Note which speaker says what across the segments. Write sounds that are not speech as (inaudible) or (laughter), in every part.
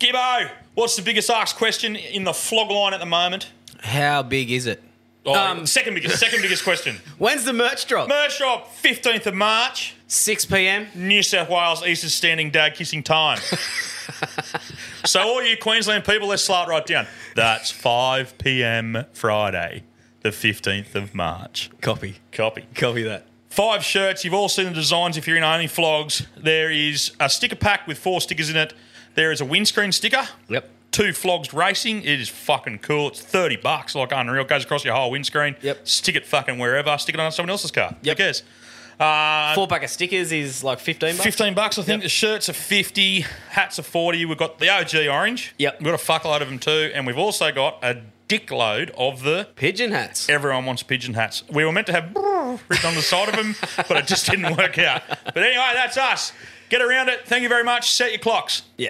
Speaker 1: Gibbo, what's the biggest asked question in the flog line at the moment?
Speaker 2: How big is it?
Speaker 1: Oh, second biggest, second biggest question.
Speaker 2: When's the merch drop?
Speaker 1: Merch shop, 15th of March,
Speaker 2: 6 p.m.
Speaker 1: New South Wales Eastern Standing Dad Kissing Time. so, all you Queensland people, let's slide right down. That's 5 p.m. Friday, the 15th of March.
Speaker 2: Copy.
Speaker 1: Copy.
Speaker 2: Copy that.
Speaker 1: Five shirts. You've all seen the designs if you're in only flogs. There is a sticker pack with four stickers in it. There is a windscreen sticker.
Speaker 2: Yep.
Speaker 1: Two flogs racing. It is fucking cool. It's thirty bucks, like unreal. Goes across your whole windscreen.
Speaker 2: Yep.
Speaker 1: Stick it fucking wherever. Stick it on someone else's car.
Speaker 2: Yep.
Speaker 1: Who cares?
Speaker 2: Four pack of stickers is like 15 bucks.
Speaker 1: Fifteen bucks, I think. The shirts are fifty. Hats are forty. We've got the OG orange.
Speaker 2: Yep.
Speaker 1: We've got a fuckload of them too, and we've also got a dickload of the
Speaker 2: Pigeon hats.
Speaker 1: everyone wants pigeon hats. We were meant to have brrr written on the side of them, (laughs) but it just didn't work out. But anyway, that's us. Get around it. Thank you very much. Set your clocks.
Speaker 2: Yeah.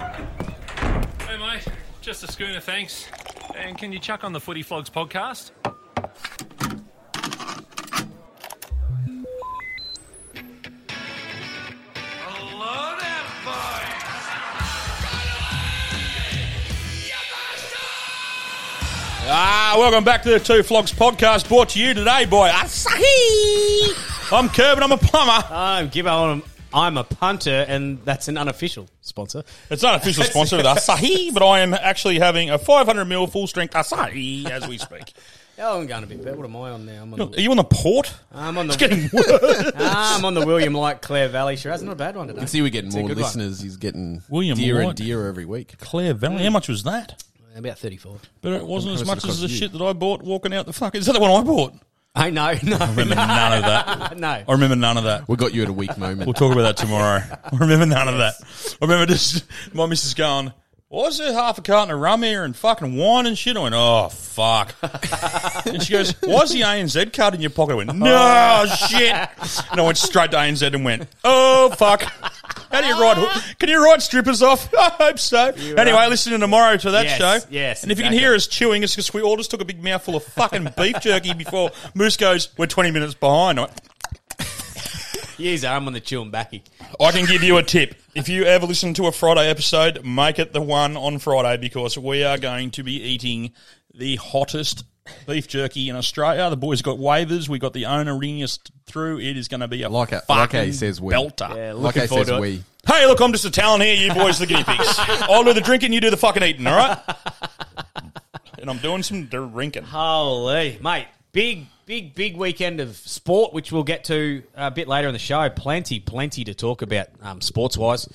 Speaker 3: Hey mate, just a schooner, thanks. And can you chuck on the Footy Flogs podcast?
Speaker 1: Ah, welcome back to the Two Flogs podcast brought to you today by Asahi. I'm Kerb and I'm a plumber.
Speaker 4: I'm Gibbo. I'm, I'm a punter, and that's an unofficial sponsor.
Speaker 1: It's not an official sponsor of the Asahi, but I am actually having a 500ml full strength Asahi as we speak.
Speaker 4: Oh, I'm going a bit better. What am I on now? I'm on
Speaker 1: (laughs) Are
Speaker 4: the,
Speaker 1: you on the port?
Speaker 4: I'm on
Speaker 1: It's
Speaker 4: the,
Speaker 1: (laughs) getting worse.
Speaker 4: I'm on the William Light Clare Valley show. That's not a bad one today.
Speaker 5: can see we're getting
Speaker 4: It's a
Speaker 5: more
Speaker 4: good one.
Speaker 5: listeners. He's getting
Speaker 1: William
Speaker 5: dearer
Speaker 1: White.
Speaker 5: and dearer every week.
Speaker 1: Claire Valley, how much was that?
Speaker 4: About 34.
Speaker 1: But it wasn't as
Speaker 5: Comparison
Speaker 1: much as
Speaker 5: across
Speaker 1: the
Speaker 5: you.
Speaker 1: shit that I bought walking out the fuck. Is that the one I bought?
Speaker 4: I know. (laughs)
Speaker 1: I
Speaker 4: No,
Speaker 1: remember none of (laughs) that.
Speaker 4: no.
Speaker 1: I remember none of that.
Speaker 5: We got you at
Speaker 4: (laughs)
Speaker 5: a weak
Speaker 1: We'll
Speaker 5: moment.
Speaker 1: talk about that tomorrow. I remember none of that. I remember just my missus going, Why is there half a carton of rum here and fucking wine and shit? I went, Oh,
Speaker 4: (laughs)
Speaker 1: fuck. and she goes, Why is the ANZ card in your pocket? I
Speaker 4: (laughs)
Speaker 1: went, No, shit. And I went straight to ANZ and went, Oh, fuck. How do you ride? hoo- Can you ride strippers off? (laughs) I hope so. anyway, listen to tomorrow to that
Speaker 4: Yes,
Speaker 1: show.
Speaker 4: yes,
Speaker 1: And if you
Speaker 4: exactly.
Speaker 1: can hear us chewing, it's because we all just took a big mouthful of fucking beef jerky before Moose goes, We're 20 minutes behind. I went,
Speaker 4: Years I'm on the chill and backy.
Speaker 1: I can give you a tip. If you ever listen to a Friday episode, make it the one on Friday because we are going to be eating the hottest beef jerky in Australia. The boys got waivers. We got the owner ringing us through. It is going to be a
Speaker 5: Like a-
Speaker 1: fucking
Speaker 5: like a says we.
Speaker 1: belter.
Speaker 5: like I says, we.
Speaker 1: Hey, look, I'm just a talent here. You boys, the guinea pigs. I'll do the drinking. You do the fucking eating. All right. and I'm doing some drinking.
Speaker 4: Holy, mate. Big, big, big weekend of sport, which we'll get to a bit later in the show. Plenty, plenty to talk about um, sports wise.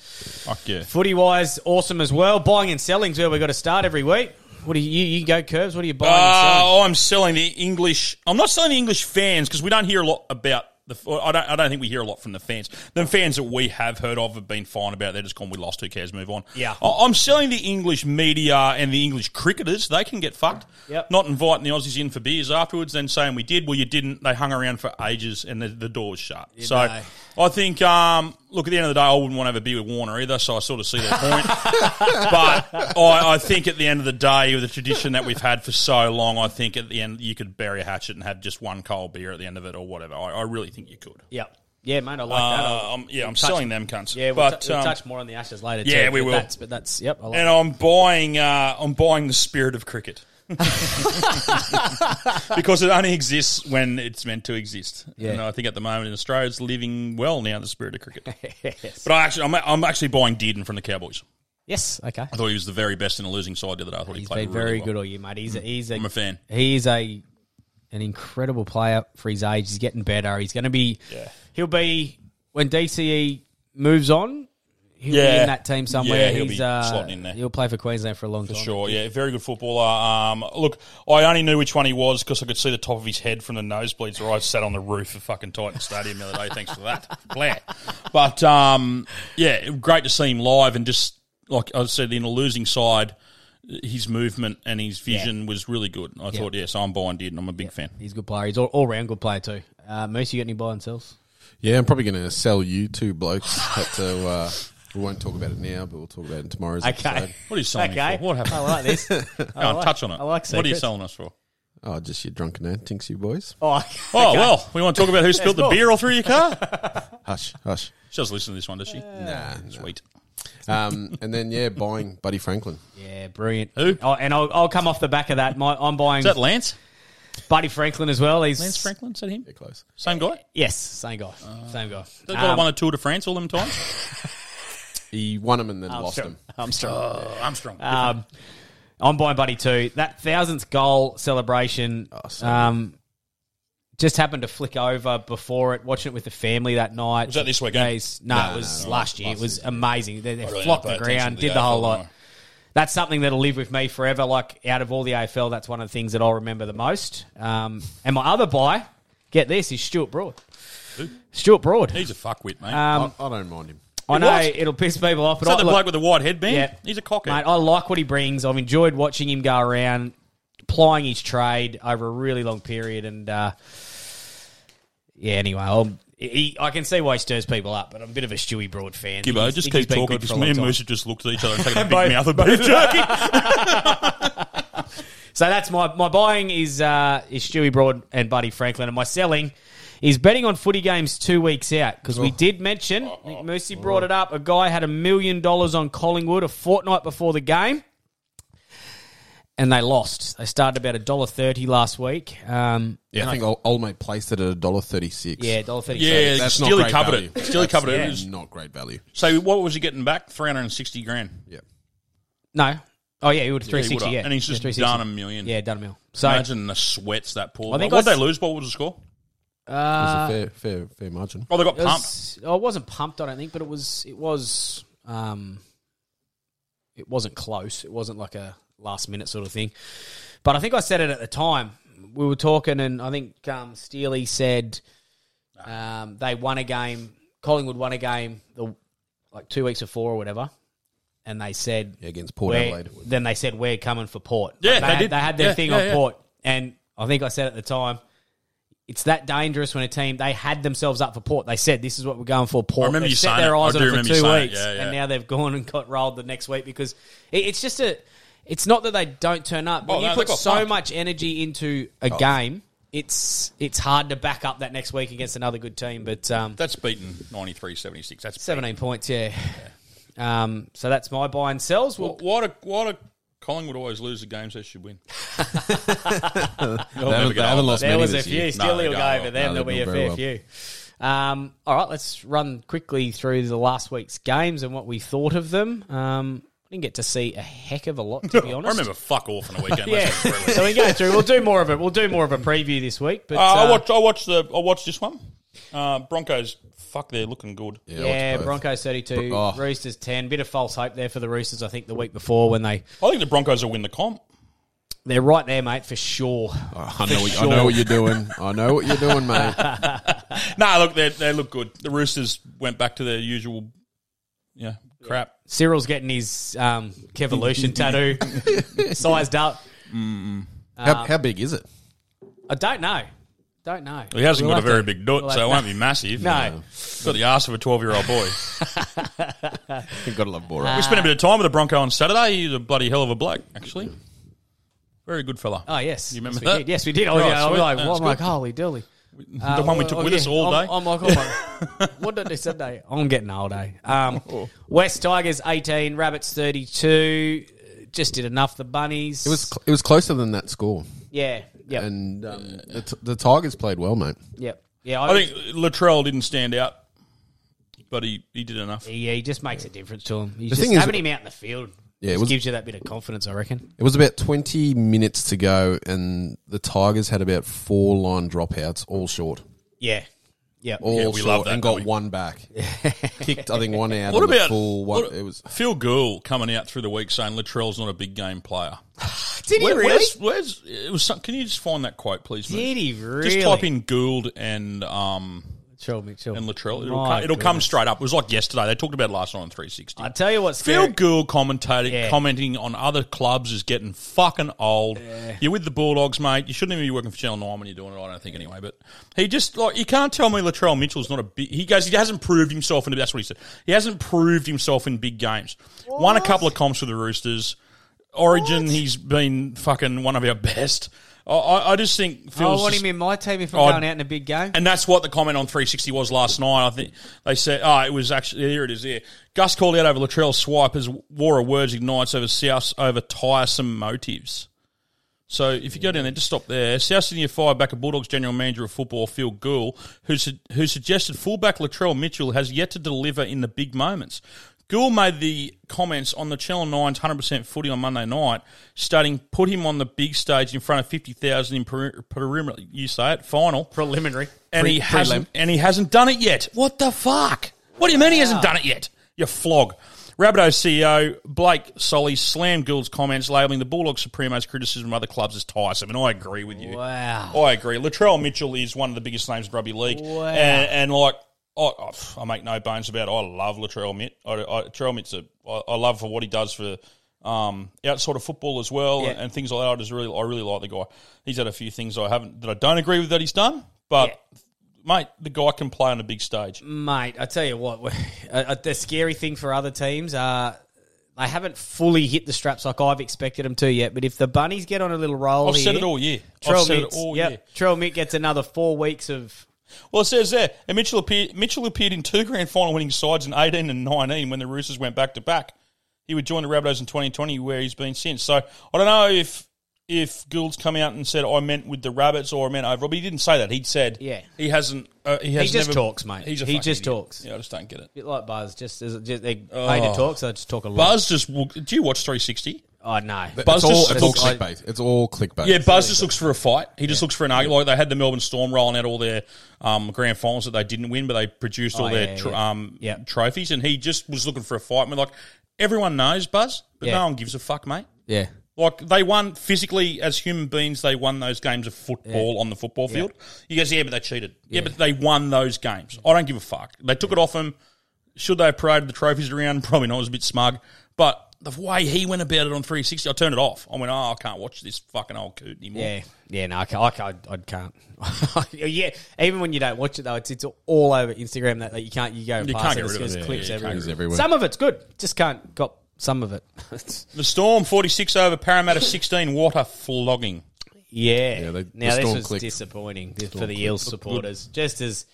Speaker 1: Fuck yeah.
Speaker 4: Footy wise, awesome as well. Buying and selling's where we got to start every week. What do you, you go, Curves? What are you buying and selling?
Speaker 1: Oh, I'm selling the English. I'm not selling the English fans because we don't hear a lot about the. I don't. I don't think we hear a lot from the fans. The fans that we have heard of have been fine about. it. They're just gone. We lost. Who cares? Move on.
Speaker 4: Yeah.
Speaker 1: I- I'm selling the English media and the English cricketers. They can get fucked.
Speaker 4: Yep.
Speaker 1: Not inviting the Aussies in for beers afterwards, then saying we did. Well, you didn't. They hung around for ages, and the, the door was shut. so.
Speaker 4: know.
Speaker 1: I think, um, look, at the end of the day, I wouldn't want to have a beer with Warner either, so I sort of see their point. but I, I think at the end of the day, with the tradition that we've had for so long, I think at the end you could bury a hatchet and have just one cold beer at the end of it or whatever. I, I really think you could.
Speaker 4: Yep. Yeah, mate, I like that.
Speaker 1: Uh,
Speaker 4: I'll-
Speaker 1: I'm, yeah, I'm
Speaker 4: touch-
Speaker 1: selling them cunts.
Speaker 4: Yeah, we'll,
Speaker 1: but
Speaker 4: tou- we'll
Speaker 1: um,
Speaker 4: touch more on the Ashes later.
Speaker 1: yeah,
Speaker 4: too,
Speaker 1: we
Speaker 4: but
Speaker 1: will.
Speaker 4: That's, but that's yep. I like
Speaker 1: and
Speaker 4: that.
Speaker 1: I'm buying uh, I'm buying the spirit of cricket (laughs) because it only exists when it's meant to exist.
Speaker 4: Yeah.
Speaker 1: And I think at the moment in Australia, it's living well now the spirit
Speaker 4: (laughs)
Speaker 1: of cricket. But I actually, I'm, I'm actually buying Dearden from the Cowboys.
Speaker 4: yes, okay.
Speaker 1: I thought he was the very best in a losing side the other day. I thought he
Speaker 4: He's
Speaker 1: played
Speaker 4: been very
Speaker 1: really well. Mm.
Speaker 4: good all year, mate. He's a, he's a,
Speaker 1: I'm a fan.
Speaker 4: He's a an incredible player for his age. He's getting better. He's going to be. He'll be when DCE moves on. He'll be
Speaker 1: Yeah.
Speaker 4: in that team somewhere.
Speaker 1: Yeah, he'll
Speaker 4: he's,
Speaker 1: be
Speaker 4: uh,
Speaker 1: slotting in there.
Speaker 4: He'll play for Queensland for a long
Speaker 1: For
Speaker 4: time.
Speaker 1: sure, yeah, very good footballer. Um, look, I only knew which one he was because I could see the top of his head from the nosebleeds where I sat on the roof of fucking Titan Stadium the other day. Thanks for
Speaker 4: (laughs)
Speaker 1: that, Blair. But um, yeah, great to see him live and just like I said, in a losing side, his movement and his vision was really good. I thought, yes, I'm buying did, and I'm a big fan.
Speaker 4: He's a good player. He's all, all round good player too. Uh, Moose, you got any buy and sells?
Speaker 5: Yeah, I'm probably going to sell you two blokes. Had to. Uh, we won't talk about it now, but we'll talk about it in tomorrow's episode.
Speaker 1: What are you selling me
Speaker 4: (laughs) Okay.
Speaker 1: for? What happened?
Speaker 4: I like this. I
Speaker 1: Go on,
Speaker 4: like-
Speaker 1: touch on it.
Speaker 4: I like
Speaker 1: what are you
Speaker 4: secrets.
Speaker 1: selling us for?
Speaker 5: Oh, just your drunken antics, you boys.
Speaker 4: Oh, (laughs)
Speaker 1: Oh well, we want to talk about who spilled the
Speaker 4: cool.
Speaker 1: beer all through your car.
Speaker 4: (laughs)
Speaker 5: Hush, hush.
Speaker 1: She doesn't listen to this one, does she?
Speaker 5: Nah.
Speaker 1: Sweet.
Speaker 5: Um, and then yeah, buying Buddy Franklin.
Speaker 4: yeah, brilliant.
Speaker 1: Who?
Speaker 4: Oh, and I'll, I'll come off the back of that. My, I'm buying
Speaker 1: Is that Lance?
Speaker 4: Buddy Franklin as well. He's
Speaker 1: Lance Franklin? Uh, Is that him?
Speaker 5: Yeah, close.
Speaker 1: Same guy?
Speaker 4: Yes, same guy. same guy.
Speaker 1: That guy
Speaker 4: Um,
Speaker 1: won the Tour de France all
Speaker 4: (laughs)
Speaker 1: them times?
Speaker 5: He won him and then lost
Speaker 4: Armstrong.
Speaker 5: him.
Speaker 4: Armstrong.
Speaker 1: Oh, Armstrong.
Speaker 4: Um, I'm buying Buddy too. That thousandth goal celebration
Speaker 1: Oh,
Speaker 4: um, just happened to flick over before it, watching it with the family that night.
Speaker 1: Was that this weekend?
Speaker 4: Days- No, it was last year. it was amazing. They, they
Speaker 1: I really
Speaker 4: flocked
Speaker 1: didn't
Speaker 4: the
Speaker 1: pay attention
Speaker 4: ground,
Speaker 1: to
Speaker 4: did
Speaker 1: the
Speaker 4: the whole
Speaker 1: AFL,
Speaker 4: lot.
Speaker 1: no.
Speaker 4: That's something that'll live with me forever. Like out of all the AFL, that's one of the things that I'll remember the most. Um, and my other buy, get this, is Stuart Broad. Stuart Broad.
Speaker 1: He's a fuckwit, mate.
Speaker 4: Um,
Speaker 5: I, I don't mind him.
Speaker 4: I know
Speaker 1: What?
Speaker 4: it'll piss people off, but
Speaker 1: Is that
Speaker 4: I,
Speaker 1: the
Speaker 4: uh, look-
Speaker 1: bloke with the white headband?
Speaker 4: yeah.
Speaker 1: He's a cockhead.
Speaker 4: Mate, I like what he brings. I've enjoyed watching him go around, plying his trade over a really long period. And uh, yeah, anyway, I'll, he, I can see why he stirs people up, but I'm a bit of a Stewie Broad fan.
Speaker 1: Gibbo,
Speaker 4: He's-
Speaker 1: just
Speaker 4: he's
Speaker 1: keep
Speaker 4: been
Speaker 1: talking
Speaker 4: good for
Speaker 1: because
Speaker 4: a
Speaker 1: me
Speaker 4: long
Speaker 1: and
Speaker 4: time.
Speaker 1: Moose have just looked at each other and taken
Speaker 4: (laughs)
Speaker 1: a big
Speaker 4: Both-
Speaker 1: mouth of beef jerky.
Speaker 4: (laughs) So that's my my buying is uh, is Stewie Broad and Buddy Franklin, and my selling is betting on footy games two weeks out because
Speaker 1: Oh.
Speaker 4: we did mention Nick Mercy brought it up. A guy had a million dollars on Collingwood a fortnight before the game, and they lost. They started about a dollar thirty last week. Um,
Speaker 5: Yeah, I think old, old mate placed it at a dollar thirty six.
Speaker 4: yeah, dollar thirty.
Speaker 1: yeah,
Speaker 5: That's not
Speaker 1: still he
Speaker 5: great
Speaker 1: covered
Speaker 5: value.
Speaker 1: it. Still he covered it. it. was-
Speaker 5: Not great value.
Speaker 1: So what was he getting back? 360 grand.
Speaker 5: Yeah.
Speaker 4: no. Oh yeah, he would have
Speaker 1: Yeah,
Speaker 4: three
Speaker 1: he would've.
Speaker 4: sixty. Yeah,
Speaker 1: And he's just
Speaker 4: 360.
Speaker 1: done a million.
Speaker 4: Yeah, done a mil. So
Speaker 1: Imagine the sweats that poor.
Speaker 4: I think
Speaker 1: what did
Speaker 4: I
Speaker 1: they
Speaker 4: s-
Speaker 1: lose? What was the score?
Speaker 5: It
Speaker 1: Uh,
Speaker 5: was a fair, fair, fair margin.
Speaker 1: Oh, they got
Speaker 4: It
Speaker 1: pumped.
Speaker 4: was- oh, it wasn't pumped, I don't think, but it was it was um, it wasn't close. It wasn't like a last minute sort of thing. But I think I said it at the time. We were talking, and I think um, Steely said um, they won a game. Collingwood won a game the, like two weeks before or whatever, and they said
Speaker 5: Yeah, against Port
Speaker 4: we're-
Speaker 5: Adelaide.
Speaker 4: Then they said we're coming for Port.
Speaker 1: Yeah, they
Speaker 4: had,
Speaker 1: did.
Speaker 4: They had their
Speaker 1: Yeah,
Speaker 4: thing
Speaker 1: yeah,
Speaker 4: on
Speaker 1: yeah.
Speaker 4: Port, and I think I said at the time, it's that dangerous when a team they had themselves up for Port. They said this is what we're going for. Port.
Speaker 1: I remember
Speaker 4: They've
Speaker 1: you
Speaker 4: set
Speaker 1: saying
Speaker 4: their
Speaker 1: it. I
Speaker 4: eyes
Speaker 1: do
Speaker 4: on it for
Speaker 1: remember you
Speaker 4: two
Speaker 1: saying it.
Speaker 4: weeks,
Speaker 1: Yeah, yeah.
Speaker 4: and now they've gone and got rolled the next week because it, it's just a. It's not that they don't turn up. When
Speaker 1: Oh,
Speaker 4: you
Speaker 1: no,
Speaker 4: put
Speaker 1: they got
Speaker 4: so
Speaker 1: pumped.
Speaker 4: much energy into a
Speaker 5: Oh.
Speaker 4: game, it's it's hard to back up that next week against another good team. But um,
Speaker 1: That's beaten 93.76. That's
Speaker 4: 17 points, yeah. Um, so that's my buy and sells. We'll,
Speaker 1: Well, why do, why do Collingwood always lose the games they should win?
Speaker 5: They haven't, they haven't lost
Speaker 4: There
Speaker 5: many
Speaker 4: was a
Speaker 5: this
Speaker 4: few.
Speaker 5: year.
Speaker 4: Still,
Speaker 1: they
Speaker 4: he'll
Speaker 1: don't.
Speaker 4: go over
Speaker 1: No,
Speaker 4: them.
Speaker 5: they've
Speaker 4: There'll be a
Speaker 5: done
Speaker 4: fair
Speaker 5: very
Speaker 4: few. Um, all right, let's run quickly through the last week's games and what we thought of them. Um, I didn't get to see a heck of a lot,
Speaker 1: (laughs)
Speaker 4: to be
Speaker 1: I
Speaker 4: honest.
Speaker 1: remember fuck
Speaker 4: (laughs)
Speaker 1: off on a weekend.
Speaker 4: Yeah,
Speaker 1: That's incredible.
Speaker 4: so we go through. We'll do more of it. We'll do more of a preview this week. But
Speaker 1: Uh, I
Speaker 4: uh,
Speaker 1: watched. I watched the. I watched this one. Uh, Broncos. Fuck, they're looking good.
Speaker 5: Yeah, I watched
Speaker 4: yeah,
Speaker 5: both.
Speaker 4: Broncos thirty-two,
Speaker 5: Bro- oh.
Speaker 4: Roosters ten. Bit of false hope there for the Roosters. I think the week before when they
Speaker 1: I think the Broncos will win the comp.
Speaker 4: they're right there, mate, for sure.
Speaker 1: Oh.
Speaker 5: I know, what, I know what you're doing. I know what you're
Speaker 1: (laughs)
Speaker 5: doing, mate.
Speaker 1: No, look, they they look good. The Roosters went back to their usual, yeah, crap.
Speaker 4: Cyril's getting his um, Kevolution
Speaker 1: (laughs)
Speaker 4: tattoo sized up.
Speaker 5: How, how big is it?
Speaker 4: I don't know. Don't know.
Speaker 1: He hasn't
Speaker 4: We'll
Speaker 1: got a
Speaker 4: have
Speaker 1: very
Speaker 4: to-
Speaker 1: big dot,
Speaker 4: we'll
Speaker 1: so
Speaker 4: have-
Speaker 1: it won't be massive.
Speaker 4: (laughs) No.
Speaker 1: It's got the ass of a twelve-year-old (laughs) boy.
Speaker 5: You've got to love Bora.
Speaker 1: we spent a bit of time with the Bronco on Saturday. He's a bloody hell of a bloke, actually. Very good fella.
Speaker 4: Oh yes,
Speaker 1: You remember
Speaker 4: yes, we
Speaker 1: that?
Speaker 4: Did. Yes, we did. I
Speaker 1: Oh,
Speaker 4: was, I was
Speaker 1: sweet.
Speaker 4: like,
Speaker 1: Yeah,
Speaker 4: well,
Speaker 1: it's
Speaker 4: I'm like, holy dilly.
Speaker 1: the one we took with us all day.
Speaker 4: Oh, Michael,
Speaker 1: (laughs)
Speaker 4: what did they say today? I'm getting old, eh? Um,
Speaker 1: Oh.
Speaker 4: West Tigers 18, Rabbits 32. Just did enough, the Bunnies.
Speaker 5: It was cl- it was closer than that score,
Speaker 4: Yeah, yep,
Speaker 5: and um, the, t- the Tigers played well, mate.
Speaker 4: yep. Yeah, I,
Speaker 1: I think Latrell didn't stand out, but he, he did enough.
Speaker 4: Yeah, he just makes a difference to him. He's just
Speaker 5: thing is-
Speaker 4: having him out in the field
Speaker 5: Yeah, it
Speaker 4: just
Speaker 5: was-
Speaker 4: gives you that bit of confidence, I reckon.
Speaker 5: It was about 20 minutes to go, and the Tigers had about four line dropouts, all short.
Speaker 4: Yeah, yeah.
Speaker 5: All
Speaker 1: we
Speaker 5: short,
Speaker 1: love that,
Speaker 5: and
Speaker 1: don't
Speaker 5: got
Speaker 1: we?
Speaker 5: one back.
Speaker 1: (laughs)
Speaker 5: Kicked, I think, one out.
Speaker 1: What
Speaker 5: and a
Speaker 1: about
Speaker 5: full one?
Speaker 1: what-
Speaker 5: it was
Speaker 1: Phil Gould coming out through the week saying Latrell's not a big game player?
Speaker 4: Did
Speaker 1: Where- Where's, where's it was? Some, can you just find that quote, please? mate?
Speaker 4: Did he really?
Speaker 1: Just type in Gould and um
Speaker 4: Trell Mitchell.
Speaker 1: and Latrell. It'll,
Speaker 4: My
Speaker 1: come, it'll come
Speaker 4: goodness.
Speaker 1: straight up. It was like yesterday. They talked about it last night on three sixty.
Speaker 4: I tell you what's
Speaker 1: Phil
Speaker 4: scary.
Speaker 1: Gould commentating
Speaker 4: Yeah.
Speaker 1: commenting on other clubs is getting fucking old. You're with the Bulldogs, mate. You shouldn't even be working for Channel Nine when you're doing it. I don't think anyway. But he just like you can't tell me Latrell Mitchell's not a big. He goes, he hasn't proved himself in. That's what he said. He hasn't proved himself in big games. Won a couple of comps for the Roosters. Origin, he's been fucking one of our (laughs) best. I, I, I just think
Speaker 4: I
Speaker 1: Phil's
Speaker 4: want
Speaker 1: just-
Speaker 4: him in my team if I'm
Speaker 1: I'd-
Speaker 4: going out in a big game.
Speaker 1: and that's what the comment on 360 was last night. I think they said, oh, it was actually, here it is here. Gus called out over Latrell's swipe as war of words ignites over South over tiresome motives. So if you go down there, just stop there. South Sydney fired back a Bulldogs general manager of football, Phil Gould, who, su- who suggested fullback Latrell Mitchell has yet to deliver in the big moments. Gould made the comments on the Channel 9's 100% footy on Monday night, stating, put him on the big stage in front of 50,000 in peri- perimeter, you say it, final
Speaker 4: Preliminary.
Speaker 1: and he hasn't and he hasn't done it yet. What the fuck? What do you mean he hasn't done it yet? You flog. Rabbitoh CEO E Blake Solly slammed Gould's comments, labelling the Bulldog Supremo's criticism of other clubs as tiresome, and I agree with you.
Speaker 4: Wow.
Speaker 1: Oh, I agree. Latrell Mitchell is one of the biggest names in rugby league,
Speaker 4: Wow.
Speaker 1: and, and like I, I- I make no bones about. It. I love Latrell Mitt. I, I, Latrell Mitt's a I, I love for what he does for um, outside of football as well,
Speaker 4: Yeah.
Speaker 1: and, things like that. I just really I really like the guy. He's had a few things I haven't that I don't agree with that he's done, but mate, the guy can play on a big stage.
Speaker 4: Mate, I tell you what, we- (laughs) uh, uh, the scary thing for other teams are they haven't fully hit the straps like I've expected them to yet. But if the bunnies get on a little roll,
Speaker 1: I've
Speaker 4: here,
Speaker 1: said it all year.
Speaker 4: Trell
Speaker 1: I've said it
Speaker 4: Mitts-
Speaker 1: all
Speaker 4: yep,
Speaker 1: year.
Speaker 4: Trell Mitt gets another four weeks of
Speaker 1: Well, it says there, and Mitchell appeared, Mitchell appeared in two grand final winning sides in 18 and 19 when the Roosters went back to back. He would join the Rabbitohs in 2020, where he's been since. So I don't know if if Gould's come out and said I meant with the Rabbits or I meant overall, but he didn't say that. He would said
Speaker 4: Yeah.
Speaker 1: he hasn't. Uh, he, has
Speaker 4: He just
Speaker 1: never-
Speaker 4: talks, mate.
Speaker 1: He's a
Speaker 4: He
Speaker 1: fucking
Speaker 4: just
Speaker 1: idiot.
Speaker 4: talks.
Speaker 1: Yeah, I just don't get it.
Speaker 4: bit like Buzz. Just, as just they paid to talk, so I just talk a lot.
Speaker 1: Oh. Buzz just. will- Do you watch 360?
Speaker 4: Oh no,
Speaker 1: Buzz
Speaker 5: it's all,
Speaker 1: just
Speaker 5: it's all
Speaker 1: looks-
Speaker 5: clickbait. It's all clickbait.
Speaker 1: Yeah, Buzz just looks for a fight. He just looks for an argument. Like they had the Melbourne Storm rolling out all their um, grand finals that they didn't win, but they produced all
Speaker 4: Oh,
Speaker 1: their
Speaker 4: yeah,
Speaker 1: tr-
Speaker 4: yeah.
Speaker 1: Um,
Speaker 4: Yeah.
Speaker 1: trophies, and he just was looking for a fight. And we're like, everyone knows Buzz, but
Speaker 4: Yeah.
Speaker 1: no one gives a fuck, mate.
Speaker 4: yeah,
Speaker 1: Like they won physically as human beings, they won those games of football on the football field. He goes, yeah, but they cheated. Yeah, but they won those games. I don't give a fuck. They took it off him. Should they have paraded the trophies around? (laughs) Probably not. It was a bit smug, but. The way he went about it on 360, I turned it off. I went, oh, I can't watch this fucking old coot anymore.
Speaker 4: yeah, yeah. No, I can't. I can't. (laughs) I can't. yeah, even when you don't watch it though, it's it's all over Instagram that, that you can't. You go
Speaker 1: You
Speaker 4: past
Speaker 1: can't
Speaker 4: it.
Speaker 1: get rid of
Speaker 4: There's
Speaker 1: it. Yeah,
Speaker 4: clips
Speaker 1: yeah, you can't
Speaker 4: everywhere.
Speaker 5: He's everywhere.
Speaker 4: Some of it's good. Just can't got some of it. (laughs)
Speaker 1: The Storm 46 over Parramatta 16 water flogging.
Speaker 4: yeah.
Speaker 5: Yeah, they-
Speaker 4: now this
Speaker 5: the Storm
Speaker 4: was
Speaker 5: clicked.
Speaker 4: disappointing for the Eels supporters. Just as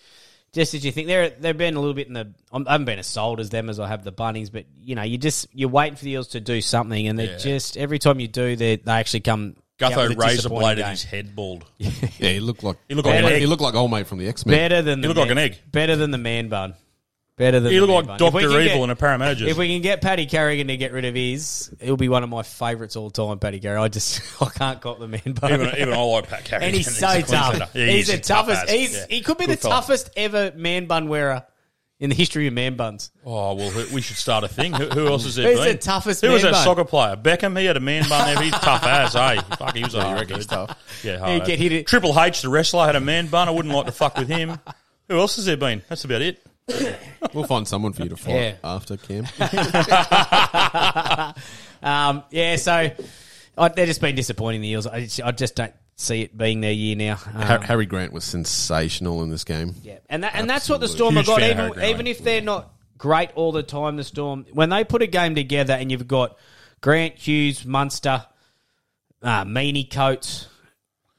Speaker 4: just as you think they're they've been a little bit in the I'm- I haven't been as sold as them as I have the Bunnies, but you know you just you're waiting for the Eels to do something, and they are just every time you do they they actually come. out with
Speaker 1: Gutho
Speaker 4: a
Speaker 1: razor
Speaker 4: disappointing
Speaker 1: bladed
Speaker 4: game.
Speaker 1: his head bald.
Speaker 5: yeah, he looked like he
Speaker 1: looked like an egg.
Speaker 5: he looked like old mate from the X Men.
Speaker 4: Better than the
Speaker 1: look like
Speaker 4: man-
Speaker 1: an egg.
Speaker 4: Better than the man bun. Better than
Speaker 1: He
Speaker 4: the
Speaker 1: looked
Speaker 4: man
Speaker 1: like
Speaker 4: bun. If we
Speaker 1: Dr.
Speaker 4: can
Speaker 1: Evil
Speaker 4: get-
Speaker 1: in a Parramatta jersey.
Speaker 4: If we can get Paddy Carrigan to get rid of his, it'll be one of my favourites all time. Paddy Carrigan. I just (laughs) I can't cop the man bun.
Speaker 1: even, even I like Pat
Speaker 4: (laughs)
Speaker 1: Carrigan.
Speaker 4: and he's so
Speaker 1: a
Speaker 4: tough.
Speaker 1: Queenslander. Yeah, he
Speaker 4: he's
Speaker 1: is.
Speaker 4: the toughest.
Speaker 1: ass.
Speaker 4: He's
Speaker 1: Yeah.
Speaker 4: he could be
Speaker 1: Good
Speaker 4: the
Speaker 1: fella.
Speaker 4: toughest ever man bun wearer in the history of man buns.
Speaker 1: Oh well, who- we should start a thing. Who, who else is there?
Speaker 4: He's
Speaker 1: been?
Speaker 4: the toughest
Speaker 1: Who was
Speaker 4: man
Speaker 1: that
Speaker 4: bun.
Speaker 1: soccer player? Beckham. He had a man bun. there. He's tough ass. Hey, fuck, he was a hard dude.
Speaker 5: tough.
Speaker 1: Yeah, hard.
Speaker 4: get hit it.
Speaker 1: Triple H, the wrestler, had a man bun. I wouldn't like to fuck with him. Who else has there been? That's about it.
Speaker 5: We'll find someone for you to fight
Speaker 4: (laughs) Yeah.
Speaker 5: after Cam.
Speaker 4: Um, yeah, so I, they're just been disappointing the Eels. I just, I just don't see it being their year now. Um,
Speaker 5: Har- Harry Grant was sensational in this game.
Speaker 4: Yeah, and that, and that's what the Storm
Speaker 1: Huge
Speaker 4: have got.
Speaker 1: fan of Harry
Speaker 4: Even,
Speaker 1: Grant.
Speaker 4: even if they're not great all the time, the Storm when they put a game together, and you've got Grant Hughes, Munster, uh, Meany Coates,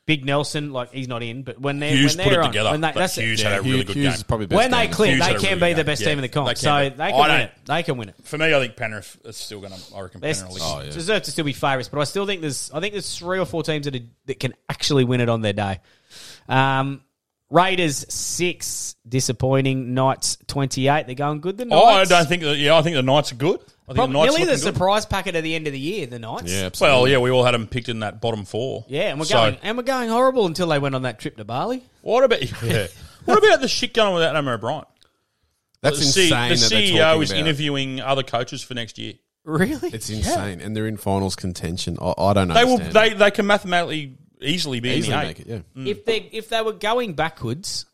Speaker 4: Big Nelson, like he's not in, but when they're
Speaker 1: Hughes
Speaker 4: when
Speaker 1: put
Speaker 4: they're
Speaker 1: it
Speaker 4: on,
Speaker 1: together.
Speaker 4: when they,
Speaker 1: But
Speaker 4: that's it.
Speaker 1: Hughes had a
Speaker 5: Hugh-
Speaker 1: really good
Speaker 5: Hughes
Speaker 1: game.
Speaker 5: is probably best
Speaker 4: when
Speaker 5: down
Speaker 4: they
Speaker 5: there.
Speaker 4: click,
Speaker 1: Hughes
Speaker 4: they
Speaker 1: had a
Speaker 4: can
Speaker 1: really
Speaker 4: be
Speaker 1: good
Speaker 4: the
Speaker 1: game.
Speaker 4: best
Speaker 1: Yeah,
Speaker 4: team in the comp.
Speaker 1: they can
Speaker 4: so
Speaker 1: be.
Speaker 4: they
Speaker 1: I
Speaker 4: can win
Speaker 1: don't-
Speaker 4: it. They can win it.
Speaker 1: For me, I think Penrith is still going to. I reckon
Speaker 4: They
Speaker 1: Penrith. will win.
Speaker 4: deserve to still be favourites, but I still think there's I think there's three or four teams that are, that can actually win it on their day. Um, Raiders six, disappointing. Knights twenty eight. They're going good. The Knights.
Speaker 1: Oh, I don't think. That, yeah, I think the Knights are good. I think
Speaker 4: Probably
Speaker 1: the Knights
Speaker 4: nearly the
Speaker 1: looking good.
Speaker 4: surprise packet at the end of the year. The Knights.
Speaker 5: Yeah,
Speaker 1: Well,
Speaker 5: absolutely.
Speaker 1: yeah, we all had them picked in that bottom four.
Speaker 4: Yeah, and we're
Speaker 1: So,
Speaker 4: going and we're going horrible until they went on that trip to Bali.
Speaker 1: What about (laughs) yeah. what about the shit going on with Adam O'Brien?
Speaker 5: That's
Speaker 1: the C-
Speaker 5: insane. that
Speaker 1: the
Speaker 5: they're
Speaker 1: CEO
Speaker 5: talking
Speaker 1: is
Speaker 5: about.
Speaker 1: interviewing other coaches for next year.
Speaker 4: Really?
Speaker 5: It's insane, and they're in finals contention. I, I don't know.
Speaker 1: They will. They they can mathematically easily be
Speaker 5: easily
Speaker 1: in the eight.
Speaker 5: make it. Yeah,
Speaker 4: if they if they were going backwards,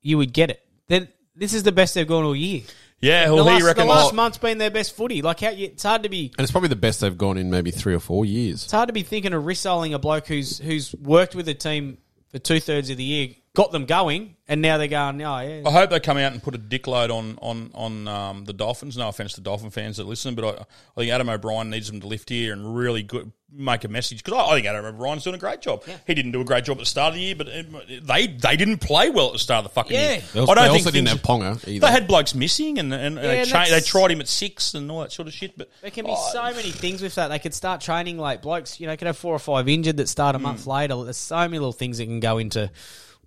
Speaker 4: you would get it. Then this is the best they've gone all year.
Speaker 1: Yeah,
Speaker 4: The
Speaker 1: well,
Speaker 4: last,
Speaker 1: he
Speaker 4: the
Speaker 1: reckons.
Speaker 4: last month's been their best footy. Like how you, it's hard to be
Speaker 5: and it's probably the best they've gone in maybe three or four years.
Speaker 4: it's hard to be thinking of rissoling a bloke who's who's worked with a team for two thirds of the year, got them going, and now they're going, oh yeah.
Speaker 1: I hope they come out and put a dickload on on on um, the Dolphins. No offense to Dolphin fans that listen, but I, I think Adam O'Brien needs them to lift here and really good, make a message because I, I think Adam O'Brien's doing a great job. He didn't do a great job at the start of the year, but um, they they didn't play well at the start of the fucking
Speaker 4: Yeah.
Speaker 1: year.
Speaker 5: They also,
Speaker 1: I don't
Speaker 5: they
Speaker 1: think
Speaker 5: also didn't
Speaker 1: things-
Speaker 5: have Ponga either.
Speaker 1: They had blokes missing, and and, and
Speaker 4: Yeah,
Speaker 1: they,
Speaker 4: and
Speaker 1: cha- they
Speaker 4: that's-
Speaker 1: tried him at six and all that sort of shit. But
Speaker 4: There can be so many things with that. They could start training like blokes, you know, could have four or five injured that start a month later. There's so many little things that can go into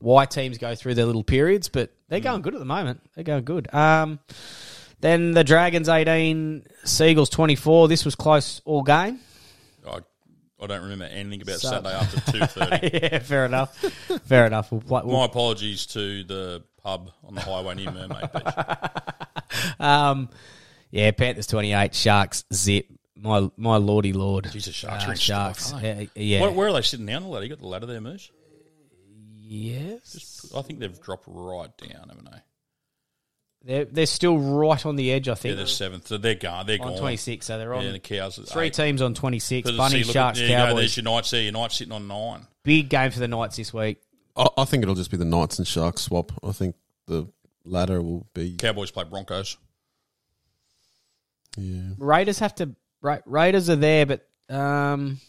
Speaker 4: why teams go through their little periods, but they're going good at the moment. They're going good. Um, then the Dragons 18, Seagulls 24. This was close all game. (laughs)
Speaker 1: I, I don't remember anything about
Speaker 4: So-
Speaker 1: Saturday after
Speaker 4: (laughs)
Speaker 1: two thirty.
Speaker 4: yeah, fair enough. fair enough. We'll play, we'll
Speaker 1: My apologies to the pub on the highway near Mermaid Beach.
Speaker 4: Um, yeah, Panthers twenty eight, Sharks zip. My my lordy lord,
Speaker 1: Jesus, Sharks
Speaker 4: Uh,
Speaker 1: are in
Speaker 4: Sharks.
Speaker 1: strife,
Speaker 4: Yeah, yeah.
Speaker 1: Where, where are they sitting down the ladder? You got the ladder there, Moose?
Speaker 4: yes,
Speaker 1: I think they've dropped right down, haven't they?
Speaker 4: they're they're still right on the edge. I
Speaker 1: Yeah,
Speaker 4: think
Speaker 1: they're seventh. So they're gone. They're
Speaker 4: on
Speaker 1: gone.
Speaker 4: twenty six, so they're on
Speaker 1: Yeah, the cows. are
Speaker 4: three
Speaker 1: eight.
Speaker 4: teams on twenty six.
Speaker 1: But
Speaker 4: Bunny,
Speaker 1: see, look at-
Speaker 4: Sharks,
Speaker 1: there you go,
Speaker 4: Cowboys.
Speaker 1: there's your Knights there. Your Knights sitting on nine.
Speaker 4: Big game for the Knights this week.
Speaker 5: I, I think it'll just be the Knights and Sharks swap. I think the latter will be.
Speaker 1: Cowboys play Broncos.
Speaker 5: Yeah.
Speaker 4: Raiders have to. Ra- Raiders are there, but um,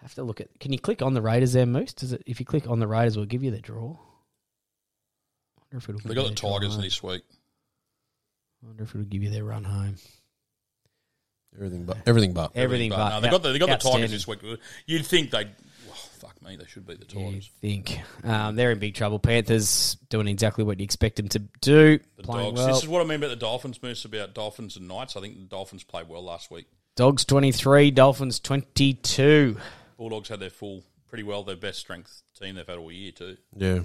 Speaker 4: have to look at. Can you click on the Raiders there, Moose? Does it? If you click on the Raiders, we'll give you the draw. Wonder if it'll
Speaker 1: They
Speaker 4: give
Speaker 1: got
Speaker 4: you
Speaker 1: the
Speaker 4: draw
Speaker 1: Tigers
Speaker 4: home.
Speaker 1: this week.
Speaker 4: Wonder if it'll give you their run home.
Speaker 5: Everything but everything but.
Speaker 4: Everything but,
Speaker 1: no, they got the, they got the
Speaker 4: outstanding.
Speaker 1: Tigers this week. You'd think they. Oh, fuck me, they should beat the
Speaker 4: You
Speaker 1: Tigers.
Speaker 4: think um, they're in big trouble? Panthers doing exactly what you expect them to do.
Speaker 1: The
Speaker 4: playing
Speaker 1: Dogs.
Speaker 4: well.
Speaker 1: This is what I mean about the Dolphins. Moose about Dolphins and Knights. I think the Dolphins played well last week.
Speaker 4: Dogs twenty three, Dolphins twenty two.
Speaker 1: Bulldogs had their full pretty well their best strength team they've had all year too.
Speaker 5: Yeah.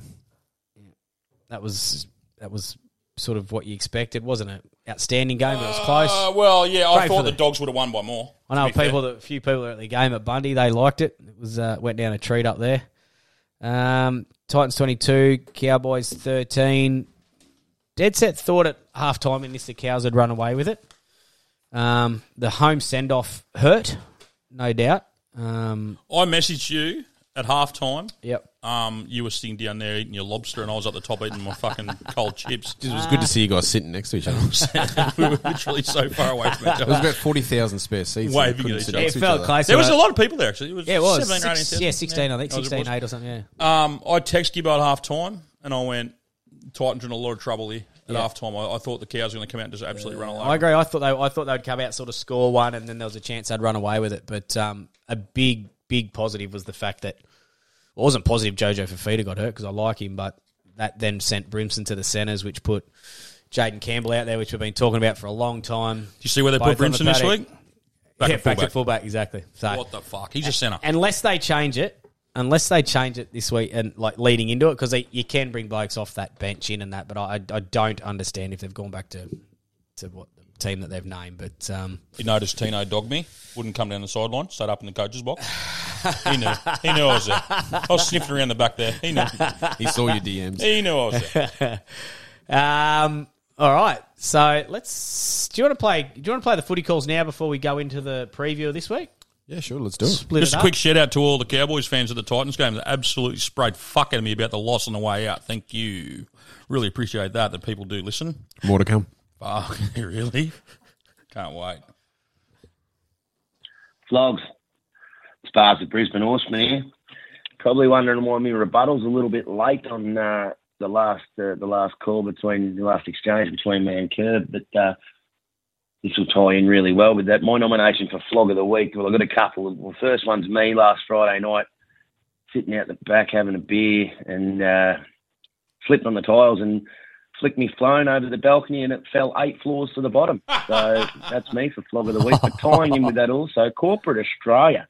Speaker 4: That was that was sort of what you expected, wasn't it? Outstanding game, but it was close.
Speaker 1: Uh, well, yeah, I
Speaker 4: Pray for
Speaker 1: thought the
Speaker 4: them.
Speaker 1: Dogs would have won by more.
Speaker 4: I know
Speaker 1: to be
Speaker 4: people that a few people at the game at Bundy they liked it. It was uh, went down a treat up there. Um, Titans twenty two, Cowboys thirteen. Dead set thought at half time in this the cows had run away with it. Um, the home send off hurt, no doubt. Um,
Speaker 1: I messaged you at halftime.
Speaker 4: yep.
Speaker 1: Um, you were sitting down there eating your lobster, and I was at the top eating
Speaker 4: (laughs)
Speaker 1: my fucking cold chips. (laughs)
Speaker 5: It was good to see you guys sitting next to each (laughs) other. There
Speaker 1: we were literally so far away from each
Speaker 5: was
Speaker 1: other.
Speaker 5: about forty thousand spare seats. so we
Speaker 1: Waving
Speaker 5: couldn't
Speaker 1: at each
Speaker 5: sit
Speaker 1: other.
Speaker 5: next
Speaker 4: It
Speaker 5: to
Speaker 4: felt
Speaker 5: other.
Speaker 4: close.
Speaker 1: There was
Speaker 4: but
Speaker 1: a lot of people there actually. It was,
Speaker 4: Yeah, it was.
Speaker 1: 17, or 18,
Speaker 4: Six- yeah, sixteen. I think
Speaker 1: that was
Speaker 4: sixteen
Speaker 1: what it
Speaker 4: eight or something. Yeah.
Speaker 1: was. Um, I texted you about half time, and I went Titans in a lot of trouble here at half time. I, I thought the cows were going to come out and just absolutely run
Speaker 4: I
Speaker 1: away.
Speaker 4: agree. I thought they, I thought they'd come out sort of score one, and then there was a chance they'd run away with it. But um, a big, big positive was the fact that well, it wasn't positive. Jojo Fafita got hurt because I like him, but that then sent Brimson to the centres, which put Jaden Campbell out there, which we've been talking about for a long time.
Speaker 1: Do you see where they put
Speaker 4: Both on the
Speaker 1: Brimson this
Speaker 4: paddock.
Speaker 1: week?
Speaker 4: yeah, back
Speaker 1: at
Speaker 4: to
Speaker 1: fullback.
Speaker 4: fullback, exactly. So
Speaker 1: What the fuck? He's a centre.
Speaker 4: unless they change it, unless they change it this week and like leading into it, because you can bring blokes off that bench in and that. But I, I don't understand if they've gone back to to what the team that they've named. But um,
Speaker 1: You noticed Tino dogged me, wouldn't come down the sideline, sat up in the coach's box. He knew. He knew I was there. I was sniffing around the back there. He knew.
Speaker 5: He saw your
Speaker 1: (laughs)
Speaker 5: DMs.
Speaker 1: He knew I was there.
Speaker 4: um, all right. So let's. Do you want to play? Do you want to play the footy calls now before we go into the preview of this week?
Speaker 5: Yeah, sure. Let's do it.
Speaker 4: Split
Speaker 1: Just
Speaker 4: it
Speaker 1: a
Speaker 4: up.
Speaker 1: quick shout out to all the Cowboys fans at the Titans game that absolutely sprayed fuck at me about the loss on the way out. Thank you. Really appreciate that, that people do listen.
Speaker 5: More to come.
Speaker 1: Fuck, (laughs) really? Can't wait.
Speaker 6: Flogs. It's Barbs at Brisbane Horseman here. probably wondering why my rebuttal's a little bit late on uh, the last uh, the last call between the last exchange between me and Curb, but uh, this will tie in really well with that. My nomination for flog of the week. Well, I've got a couple. Of, well, first one's me last Friday night, sitting out the back having a beer and uh, slipped on the tiles and flicked me phone over the balcony and it fell eight floors to
Speaker 3: (laughs)
Speaker 6: the bottom. So that's me for flog of the week. But tying in with that also, corporate Australia.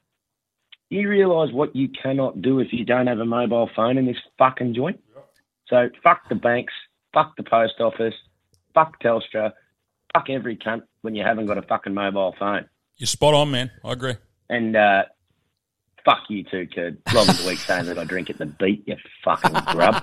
Speaker 6: You realise what you cannot do if you don't have a mobile phone in this fucking joint? So fuck the banks, fuck the post office, fuck Telstra, fuck every cunt when you haven't got a fucking mobile phone.
Speaker 1: You're spot on, man. I agree.
Speaker 6: And uh, fuck you too, kid. Long of the week saying that I drink at the beat, you fucking grub.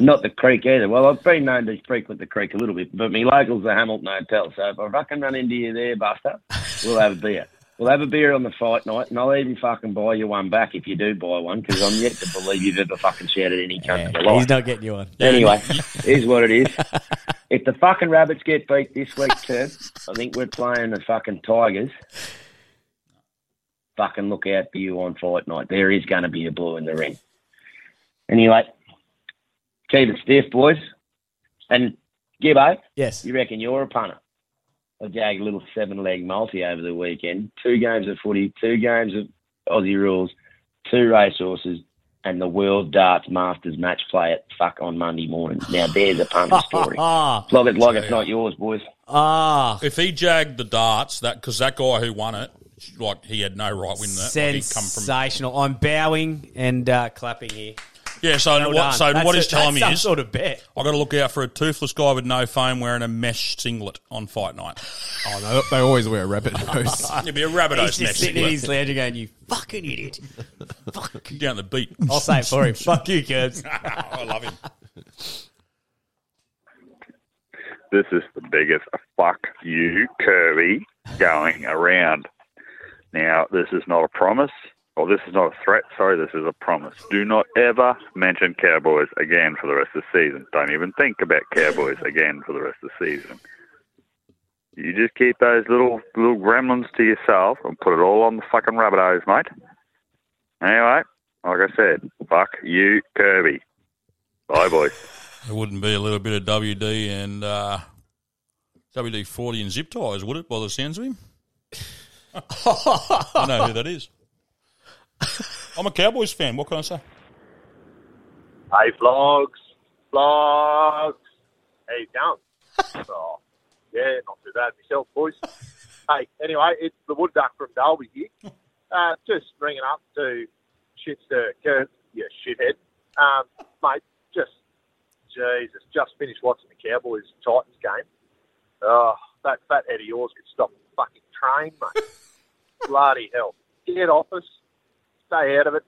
Speaker 6: Not the creek either. Well, I've been known to frequent the creek a little bit, but me local's the Hamilton Hotel. So if I fucking run into you there, Buster, we'll have a beer. We'll have a beer on the fight night, and I'll even fucking buy you one back if you do buy one, because I'm yet to believe you've ever fucking shouted any cunt in your life.
Speaker 4: He's not getting you on. (laughs)
Speaker 6: Anyway, here's what it is. If the fucking rabbits get beat this week, too, I think we're playing the fucking Tigers. Fucking look out for you on fight night. There is going to be a blue in the ring. Anyway, keep it stiff, boys. And Gibbo,
Speaker 4: Yes.
Speaker 6: you reckon you're a punter? I jagged a little seven leg multi over the weekend. Two games of footy, two games of Aussie rules, two racehorses, and the World Darts Masters match play at fuck on Monday morning. Now there's a punter
Speaker 4: (laughs)
Speaker 6: story.
Speaker 4: Ah,
Speaker 6: Flog it like it's not yours, boys.
Speaker 4: ah,
Speaker 1: If he jagged the darts, that because that guy who won it, like he had no right winning that. Like, he'd come from
Speaker 4: sensational. I'm bowing and uh, clapping here.
Speaker 1: yeah. So
Speaker 4: Well
Speaker 1: what?
Speaker 4: done.
Speaker 1: So
Speaker 4: That's
Speaker 1: what
Speaker 4: a-
Speaker 1: he's
Speaker 4: that's
Speaker 1: telling me
Speaker 4: some
Speaker 1: is,
Speaker 4: sort of bet.
Speaker 1: I got to look out for a toothless guy with no phone wearing a mesh singlet on fight night.
Speaker 5: Oh, no, they always wear rabbit (laughs) nose.
Speaker 1: It'd be a rabbit
Speaker 4: Ah. He's
Speaker 1: mesh
Speaker 4: just sitting in
Speaker 1: singlet
Speaker 4: his lounge going, "You fucking idiot." Fuck.
Speaker 1: down the beat.
Speaker 4: (laughs)
Speaker 1: Oh,
Speaker 4: I'll say it for him. Fuck you, (laughs) Curbs.
Speaker 1: I love him.
Speaker 7: This is the biggest fuck you, Kirby, going around. Now, this is not a promise, or this is not a threat. Sorry, this is a promise. Do not ever mention Cowboys again for the rest of the season. Don't even think about Cowboys again for the rest of the season. You just keep those little little gremlins to yourself and put it all on the fucking rabbit hose, mate. Anyway, like I said, fuck you, Kirby. Bye, boys.
Speaker 1: It wouldn't be a little bit of WD and uh, WD forty and zip ties, would it? By the sounds of him, I know who that is. I'm a Cowboys fan. What can I say?
Speaker 7: Hey, vlogs, vlogs. How you going? oh, yeah, not too bad myself, boys. hey, anyway, it's the Wood Duck from Dalby here. Uh, just ringing up to shitster Kurt, you shithead. Um, mate, just, Jesus, just finished watching the Cowboys Titans game. Oh, that fat head of yours could stop the fucking train, mate. Bloody hell. Get off us. Stay out of it.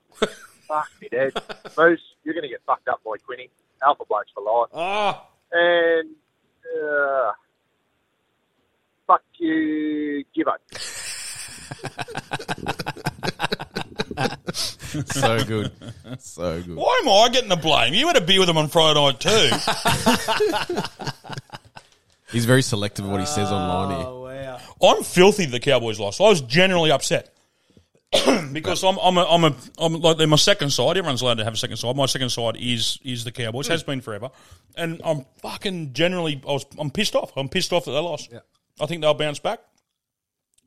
Speaker 7: Fuck me, Dad. Moose, you're going to get fucked up by Quinny. Alpha blokes for life.
Speaker 4: Oh.
Speaker 1: Ah,
Speaker 7: And uh, fuck you, Gibbo.
Speaker 5: (laughs) so good. So good.
Speaker 1: why am I getting the blame? You had a beer with him on Friday night (laughs) too.
Speaker 5: He's very selective of what he says online here.
Speaker 4: Oh, wow.
Speaker 1: I'm filthy that the Cowboys lost. I was generally upset because I'm I'm a, I'm a I'm like they're my second side. Everyone's allowed to have a second side. My second side is is the Cowboys. Has been forever, and I'm fucking generally I was I'm pissed off. I'm pissed off that they lost. I think they'll bounce back.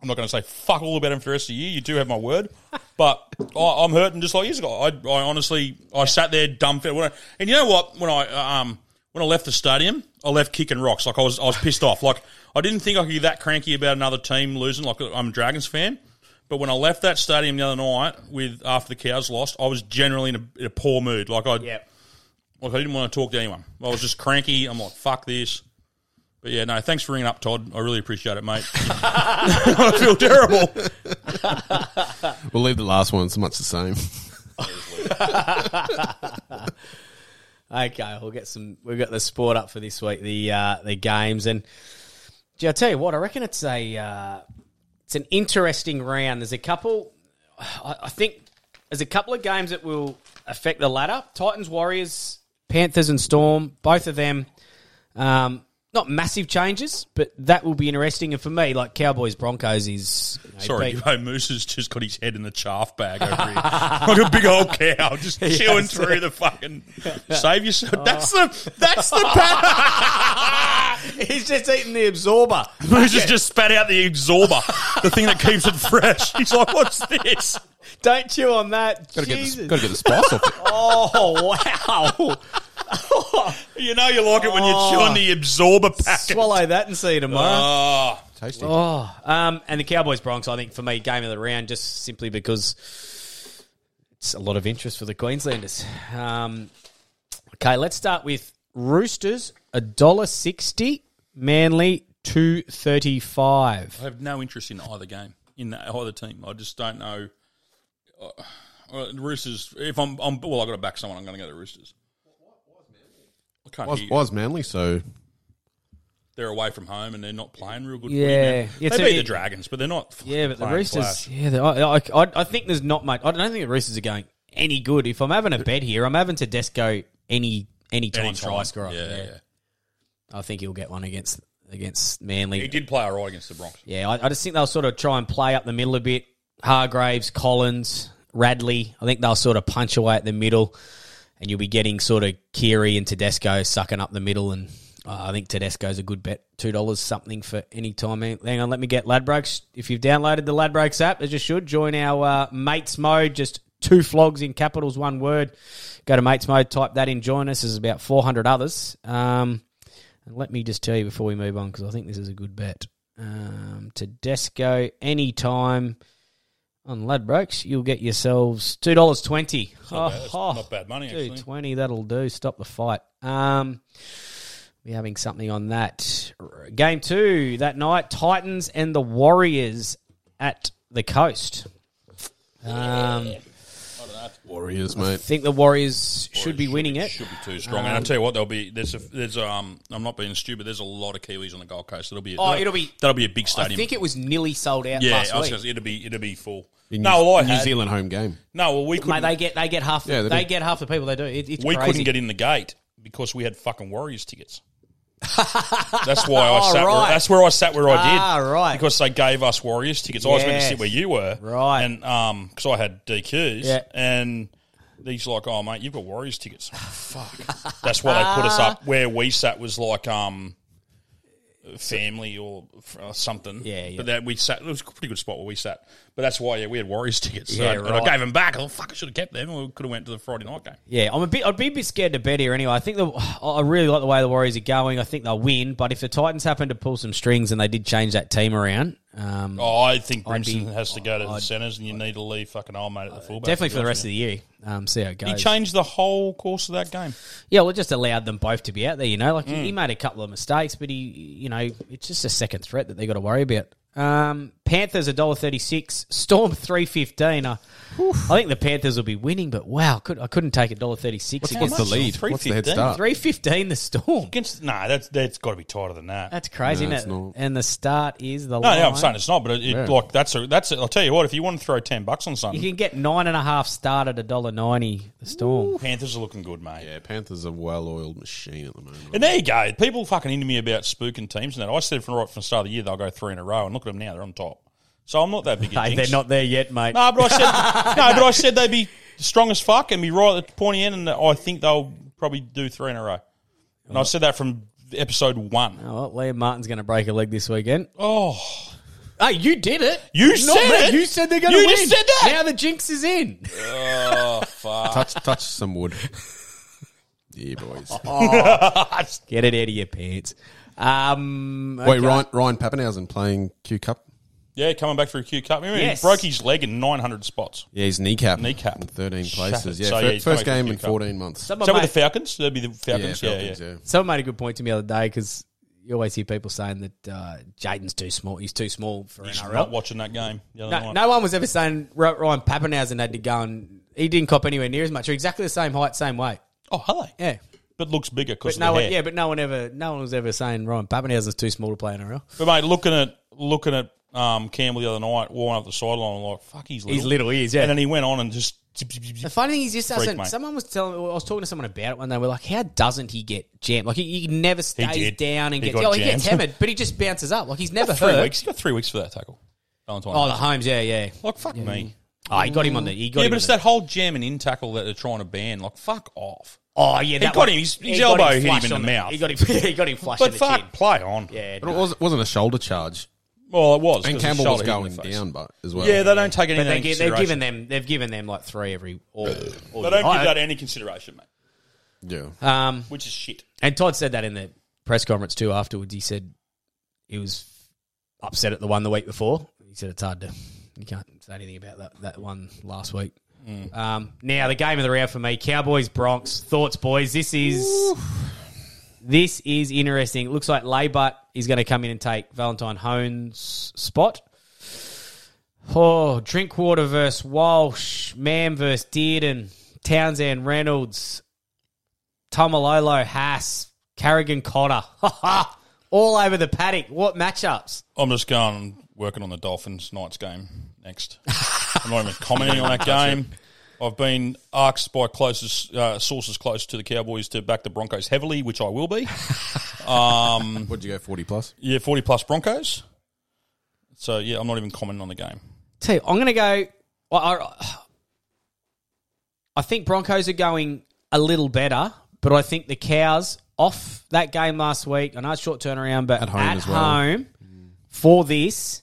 Speaker 1: I'm not going to say fuck all about them for the rest of the year. You do have my word, but I, I'm hurting just like years ago. I, I honestly I sat there dumbfounded. When I- And you know what? When I um when I left the stadium, I left kicking rocks. Like I was I was pissed off. Like I didn't think I could be that cranky about another team losing. Like I'm a Dragons fan, but when I left that stadium the other night with after the cows lost, I was generally in a, in a poor mood. Like I
Speaker 4: Yep.
Speaker 1: like I didn't want to talk to anyone. I was just cranky. I'm like fuck this. But yeah, no, thanks for ringing up, Todd. I really appreciate it, (laughs) mate. I feel terrible.
Speaker 5: We'll leave the last one. It's much the same. (laughs)
Speaker 4: Okay, we'll get some. We've got the sport up for this week. The uh, the games and gee, I tell you what, I reckon it's a uh, it's an interesting round. There's a couple. I, I think there's a couple of games that will affect the ladder. Titans, Warriors, Panthers, and Storm. Both of them um, not massive changes, but that will be interesting. And for me, like Cowboys Broncos is you know,
Speaker 1: Sorry,
Speaker 4: beat- (laughs)
Speaker 1: Devo Moose has just got his head in the chaff bag over here, (laughs) like a big old cow, (laughs) just
Speaker 4: Yes.
Speaker 1: chewing through the (laughs) fucking. Save yourself. That's the that's the pattern.
Speaker 4: (laughs) He's just eating the absorber.
Speaker 1: Moose has just spat out the absorber, the thing that keeps it fresh. (laughs) He's like, "What's this?
Speaker 4: Don't chew on that.
Speaker 1: Gotta get the-
Speaker 4: Jesus.
Speaker 1: gotta get the spice off it.
Speaker 4: (laughs) Oh
Speaker 1: (laughs)
Speaker 4: wow!
Speaker 1: you know you like it when you're chewing the absorber packet.
Speaker 4: Swallow that and see you tomorrow.
Speaker 1: Oh, tasty.
Speaker 4: Oh, um, and the Cowboys Bronx, I think for me, game of the round, just simply because it's a lot of interest for the Queenslanders. Um, okay, let's start with Roosters a dollar sixty, Manly two thirty five.
Speaker 1: I have no interest in either game, in the, either team. I just don't know. Uh, well, the Roosters. If I'm, I'm well, I've got to back someone. I'm going to go to Roosters. I can't
Speaker 5: Was,
Speaker 1: hear you.
Speaker 5: was Manly, so
Speaker 1: They're away from home and they're not playing real good.
Speaker 4: Yeah.
Speaker 1: Yeah,
Speaker 4: Yeah,
Speaker 1: they
Speaker 4: so
Speaker 1: beat
Speaker 4: it-
Speaker 1: the Dragons, but they're not.
Speaker 4: Yeah, but the
Speaker 1: playing
Speaker 4: Roosters.
Speaker 1: class.
Speaker 4: Yeah, the- I, I, I- I think there's not much. I don't think the Roosters are going any good. If I'm having a bet here, I'm having Tedesco any any time
Speaker 1: Anytime.
Speaker 4: try scorer.
Speaker 1: Yeah, yeah.
Speaker 4: I think he'll get one against against Manly.
Speaker 1: He did play all right against the Bronx.
Speaker 4: Yeah, I, I just think they'll sort of try and play up the middle a bit. Hargraves, Collins, Radley. I think they'll sort of punch away at the middle, and you'll be getting sort of Keary and Tedesco sucking up the middle. And uh, I think Tedesco's a good bet, two dollars something for any time. Hang on, let me get Ladbrokes. If you've downloaded the Ladbrokes app, as you should, join our uh, mates mode. Just two flogs in capitals, one word. Go to mates mode, type that in, join us. There's about four hundred others. Um, and let me just tell you before we move on, because I think this is a good bet. Um, Tedesco, anytime on Ladbrokes, you'll get yourselves two dollars twenty.
Speaker 1: not bad. That's not bad money, actually.
Speaker 4: twenty, that'll do. Stop the fight. Um, we're having something on that R- game two that night. Titans and the Warriors at the coast. Um,
Speaker 5: Warriors,
Speaker 4: I
Speaker 5: mate.
Speaker 4: think the Warriors should be winning it. Um,
Speaker 1: Should be too strong. and I tell you what, there'll be there's a, there's um I'm not being stupid. There's a lot of Kiwis on the Gold Coast. It'll be
Speaker 4: Oh,
Speaker 1: that'll-
Speaker 4: it'll be-
Speaker 1: that'll be a big stadium.
Speaker 4: I think it was nearly sold out
Speaker 1: yeah,
Speaker 4: last
Speaker 1: I was
Speaker 4: week.
Speaker 1: gonna say, it'll be it'll be full.
Speaker 5: in
Speaker 1: no,
Speaker 5: New,
Speaker 1: well, I
Speaker 5: New
Speaker 1: had-
Speaker 5: Zealand home game.
Speaker 1: No, well, we
Speaker 4: Mate,
Speaker 1: couldn't.
Speaker 4: they get they get half.
Speaker 5: Yeah,
Speaker 4: they
Speaker 5: they do.
Speaker 4: get half the people they do. It, it's
Speaker 1: we
Speaker 4: crazy.
Speaker 1: couldn't get in the gate because we had fucking Warriors tickets.
Speaker 4: (laughs)
Speaker 1: that's why I
Speaker 4: Oh,
Speaker 1: sat. Where,
Speaker 4: right.
Speaker 1: that's where I sat where I did.
Speaker 4: Ah, right.
Speaker 1: Because they gave us Warriors tickets. I was meant to
Speaker 4: Yes.
Speaker 1: sit where you were. Right. And um, because I had DQs.
Speaker 4: Yeah.
Speaker 1: And he's like, "Oh, mate, you've got Warriors
Speaker 4: (laughs)
Speaker 1: tickets." Fuck. That's why they put us
Speaker 4: Ah.
Speaker 1: up where we sat was like um. Family or f- or something, yeah, But that we sat. It was a pretty good spot where we sat. But that's why, yeah, we had Warriors tickets. So
Speaker 4: Yeah,
Speaker 1: I- and I
Speaker 4: right.
Speaker 1: gave them back. I thought, fuck, I should have kept them. We could have went to the Friday night game.
Speaker 4: Yeah, I'm a bit. I'd be a bit scared to bet here anyway. I think the I really like the way the Warriors are going. I think they'll win. But if the Titans happen to pull some strings and they did change that team around, um,
Speaker 1: Oh, I think
Speaker 4: I'd be-
Speaker 1: Brimson has to go to the centres, and you need to leave fucking old mate at the fullback.
Speaker 4: definitely for the rest of the year, um, see how it goes.
Speaker 1: He changed the whole course of that game.
Speaker 4: yeah, well, it just allowed them both to be out there. You know, like
Speaker 1: Mm.
Speaker 4: he made a couple of mistakes, but he, you know, it's just a second threat that they got to worry about. Um, Panthers a dollar thirty six, Storm three fifteen. Uh, I think the Panthers will be winning, but wow, could, I couldn't take a dollar thirty six.
Speaker 1: What's- what's the lead? What's the head start?
Speaker 4: Three fifteen. The Storm
Speaker 1: against. Nah, that's that's got to be tighter than that.
Speaker 4: That's crazy, isn't it? And the start is the
Speaker 1: No,
Speaker 4: line.
Speaker 1: no, I'm saying it's not, but it, it,
Speaker 4: Yeah.
Speaker 1: like that's a that's. A, I'll tell you what, if you want to throw ten bucks on
Speaker 4: You
Speaker 1: something,
Speaker 4: can get nine and a half start at a dollar ninety. The storm.
Speaker 1: Panthers are looking good, mate.
Speaker 5: Yeah, Panthers are a well-oiled machine at the moment.
Speaker 1: and there you go. People fucking into me about spooking teams and that. I said from right from the start of the year they'll go three in a row, and look at them now, they're on top. So I'm not that big.
Speaker 4: (laughs)
Speaker 1: a
Speaker 4: Hey,
Speaker 1: jinx.
Speaker 4: they're not there yet, mate.
Speaker 1: No, but
Speaker 4: (laughs)
Speaker 1: I said no, but I said they'd be strong as fuck and be right at the pointy end, and I think they'll probably do three in a row. And I said that from episode one.
Speaker 4: Oh, Liam Martin's going to break a leg this weekend.
Speaker 1: Oh,
Speaker 4: hey, you did it.
Speaker 1: You
Speaker 4: Not
Speaker 1: said
Speaker 4: me.
Speaker 1: it.
Speaker 4: You said they're going to
Speaker 1: You
Speaker 4: win.
Speaker 1: just said that.
Speaker 4: Now the jinx is in.
Speaker 1: Oh fuck!
Speaker 5: touch, touch some wood. (laughs) Yeah,
Speaker 1: (laughs)
Speaker 5: boys.
Speaker 1: Oh,
Speaker 4: Get it out of your pants. Um,
Speaker 5: Wait,
Speaker 4: okay.
Speaker 5: Ryan, Ryan Pappenhausen playing Q Cup.
Speaker 1: Yeah, coming back through Q Cup. Remember,
Speaker 4: Yes.
Speaker 1: he broke his leg in 900 spots.
Speaker 5: Yeah, he's kneecap.
Speaker 1: Kneecap.
Speaker 5: In 13
Speaker 1: Shattered.
Speaker 5: places. Yeah,
Speaker 1: So,
Speaker 5: fir-
Speaker 1: yeah, he's
Speaker 5: first
Speaker 1: coming
Speaker 5: game
Speaker 1: for
Speaker 5: in
Speaker 1: Q Cup.
Speaker 5: 14 months.
Speaker 4: Some
Speaker 1: Is that with
Speaker 4: mate-
Speaker 1: the Falcons? That'd be the Falcons. Yeah,
Speaker 5: Falcons,
Speaker 1: yeah.
Speaker 5: yeah.
Speaker 4: Someone made a good point to me the other day because you always hear people saying that uh, Jaden's too small. He's too small for
Speaker 1: He's
Speaker 4: NRL.
Speaker 1: not watching that game. The other
Speaker 4: No,
Speaker 1: night.
Speaker 4: no one was ever saying Ro- Ryan Pappenhausen had to go and he didn't cop anywhere near as much. They're exactly the same height, same weight.
Speaker 1: Oh, hello.
Speaker 4: Yeah,
Speaker 1: but looks bigger
Speaker 4: But
Speaker 1: because of
Speaker 4: no
Speaker 1: the
Speaker 4: one,
Speaker 1: hair.
Speaker 4: yeah, but no one ever, no one was ever saying Ryan Pappenhausen's too small to play NRL.
Speaker 1: But mate, looking at looking at um, Campbell the other night, walking up the sideline, I'm like fuck, he's little.
Speaker 4: He's little, he is, yeah.
Speaker 1: And then he went on and just
Speaker 4: The funny thing is, this
Speaker 1: Freak,
Speaker 4: doesn't.
Speaker 1: mate.
Speaker 4: Someone was telling. I was talking to someone about it one day. We're like, how doesn't he get jammed? Like he, he never stays
Speaker 1: did.
Speaker 4: down and
Speaker 1: He
Speaker 4: gets.
Speaker 1: got
Speaker 4: Oh, he gets
Speaker 1: jammed.
Speaker 4: hammered, but he just bounces up. Like he's never
Speaker 1: three
Speaker 4: hurt.
Speaker 1: weeks. He got three weeks for that tackle. Valentine.
Speaker 4: Oh, the Holmes. Yeah, yeah.
Speaker 1: Like fuck
Speaker 4: Yeah.
Speaker 1: me.
Speaker 4: Oh, he got him on the. He got
Speaker 1: yeah,
Speaker 4: him
Speaker 1: but
Speaker 4: on
Speaker 1: it's
Speaker 4: the-
Speaker 1: that whole jam and in tackle that they're trying to ban. Like fuck off.
Speaker 4: Oh yeah, that
Speaker 1: he got
Speaker 4: one-
Speaker 1: him. His, his
Speaker 4: he got
Speaker 1: elbow hit
Speaker 4: flush
Speaker 1: him in the,
Speaker 4: on
Speaker 1: mouth.
Speaker 4: He got him. (laughs) He got him flush
Speaker 1: But
Speaker 4: in the
Speaker 1: fuck,
Speaker 4: chin.
Speaker 1: play on.
Speaker 4: Yeah,
Speaker 5: But it was, wasn't a shoulder charge.
Speaker 1: Well, it was.
Speaker 5: And
Speaker 1: 'cause
Speaker 5: Campbell
Speaker 1: his shoulder
Speaker 5: was
Speaker 1: hit him
Speaker 5: going
Speaker 1: in the face.
Speaker 5: down, but as well.
Speaker 1: Yeah, they don't take
Speaker 4: But
Speaker 1: anything.
Speaker 4: they
Speaker 1: into
Speaker 4: get, they've given
Speaker 1: consideration.
Speaker 4: them. They've given them like three every. All, all
Speaker 1: They don't
Speaker 4: year.
Speaker 1: give that any consideration, mate.
Speaker 5: Yeah.
Speaker 4: Um,
Speaker 1: Which is shit.
Speaker 4: And Todd said that in the press conference too afterwards. He said he was upset at the one the week before. He said it's hard to you can't say anything about that, that one last week. Um, now the game of the round for me, Cowboys Bronx. Thoughts, boys. This is this is interesting. It looks like Laybutt is going to come in and take Valentine Hone's spot. Oh, Drinkwater versus Walsh, Mam versus Dearden, Townsend Reynolds, Tomalolo, Haas, Carrigan, Cotter. All over the paddock. What matchups?
Speaker 1: I'm just going and working on the Dolphins night's game next. I'm not even commenting on (laughs) that game. I've been asked by closest uh, sources close to the Cowboys to back the Broncos heavily, which I will (laughs) be. Um,
Speaker 5: What'd you go, 40 plus?
Speaker 1: yeah, 40 plus Broncos. So yeah, I'm not even commenting on the game.
Speaker 4: Tell you, I'm going to go. Well, I, I think Broncos are going a little better, but I think the Cows off that game last week. I know it's short turnaround, but at home,
Speaker 5: home as well.
Speaker 4: for this,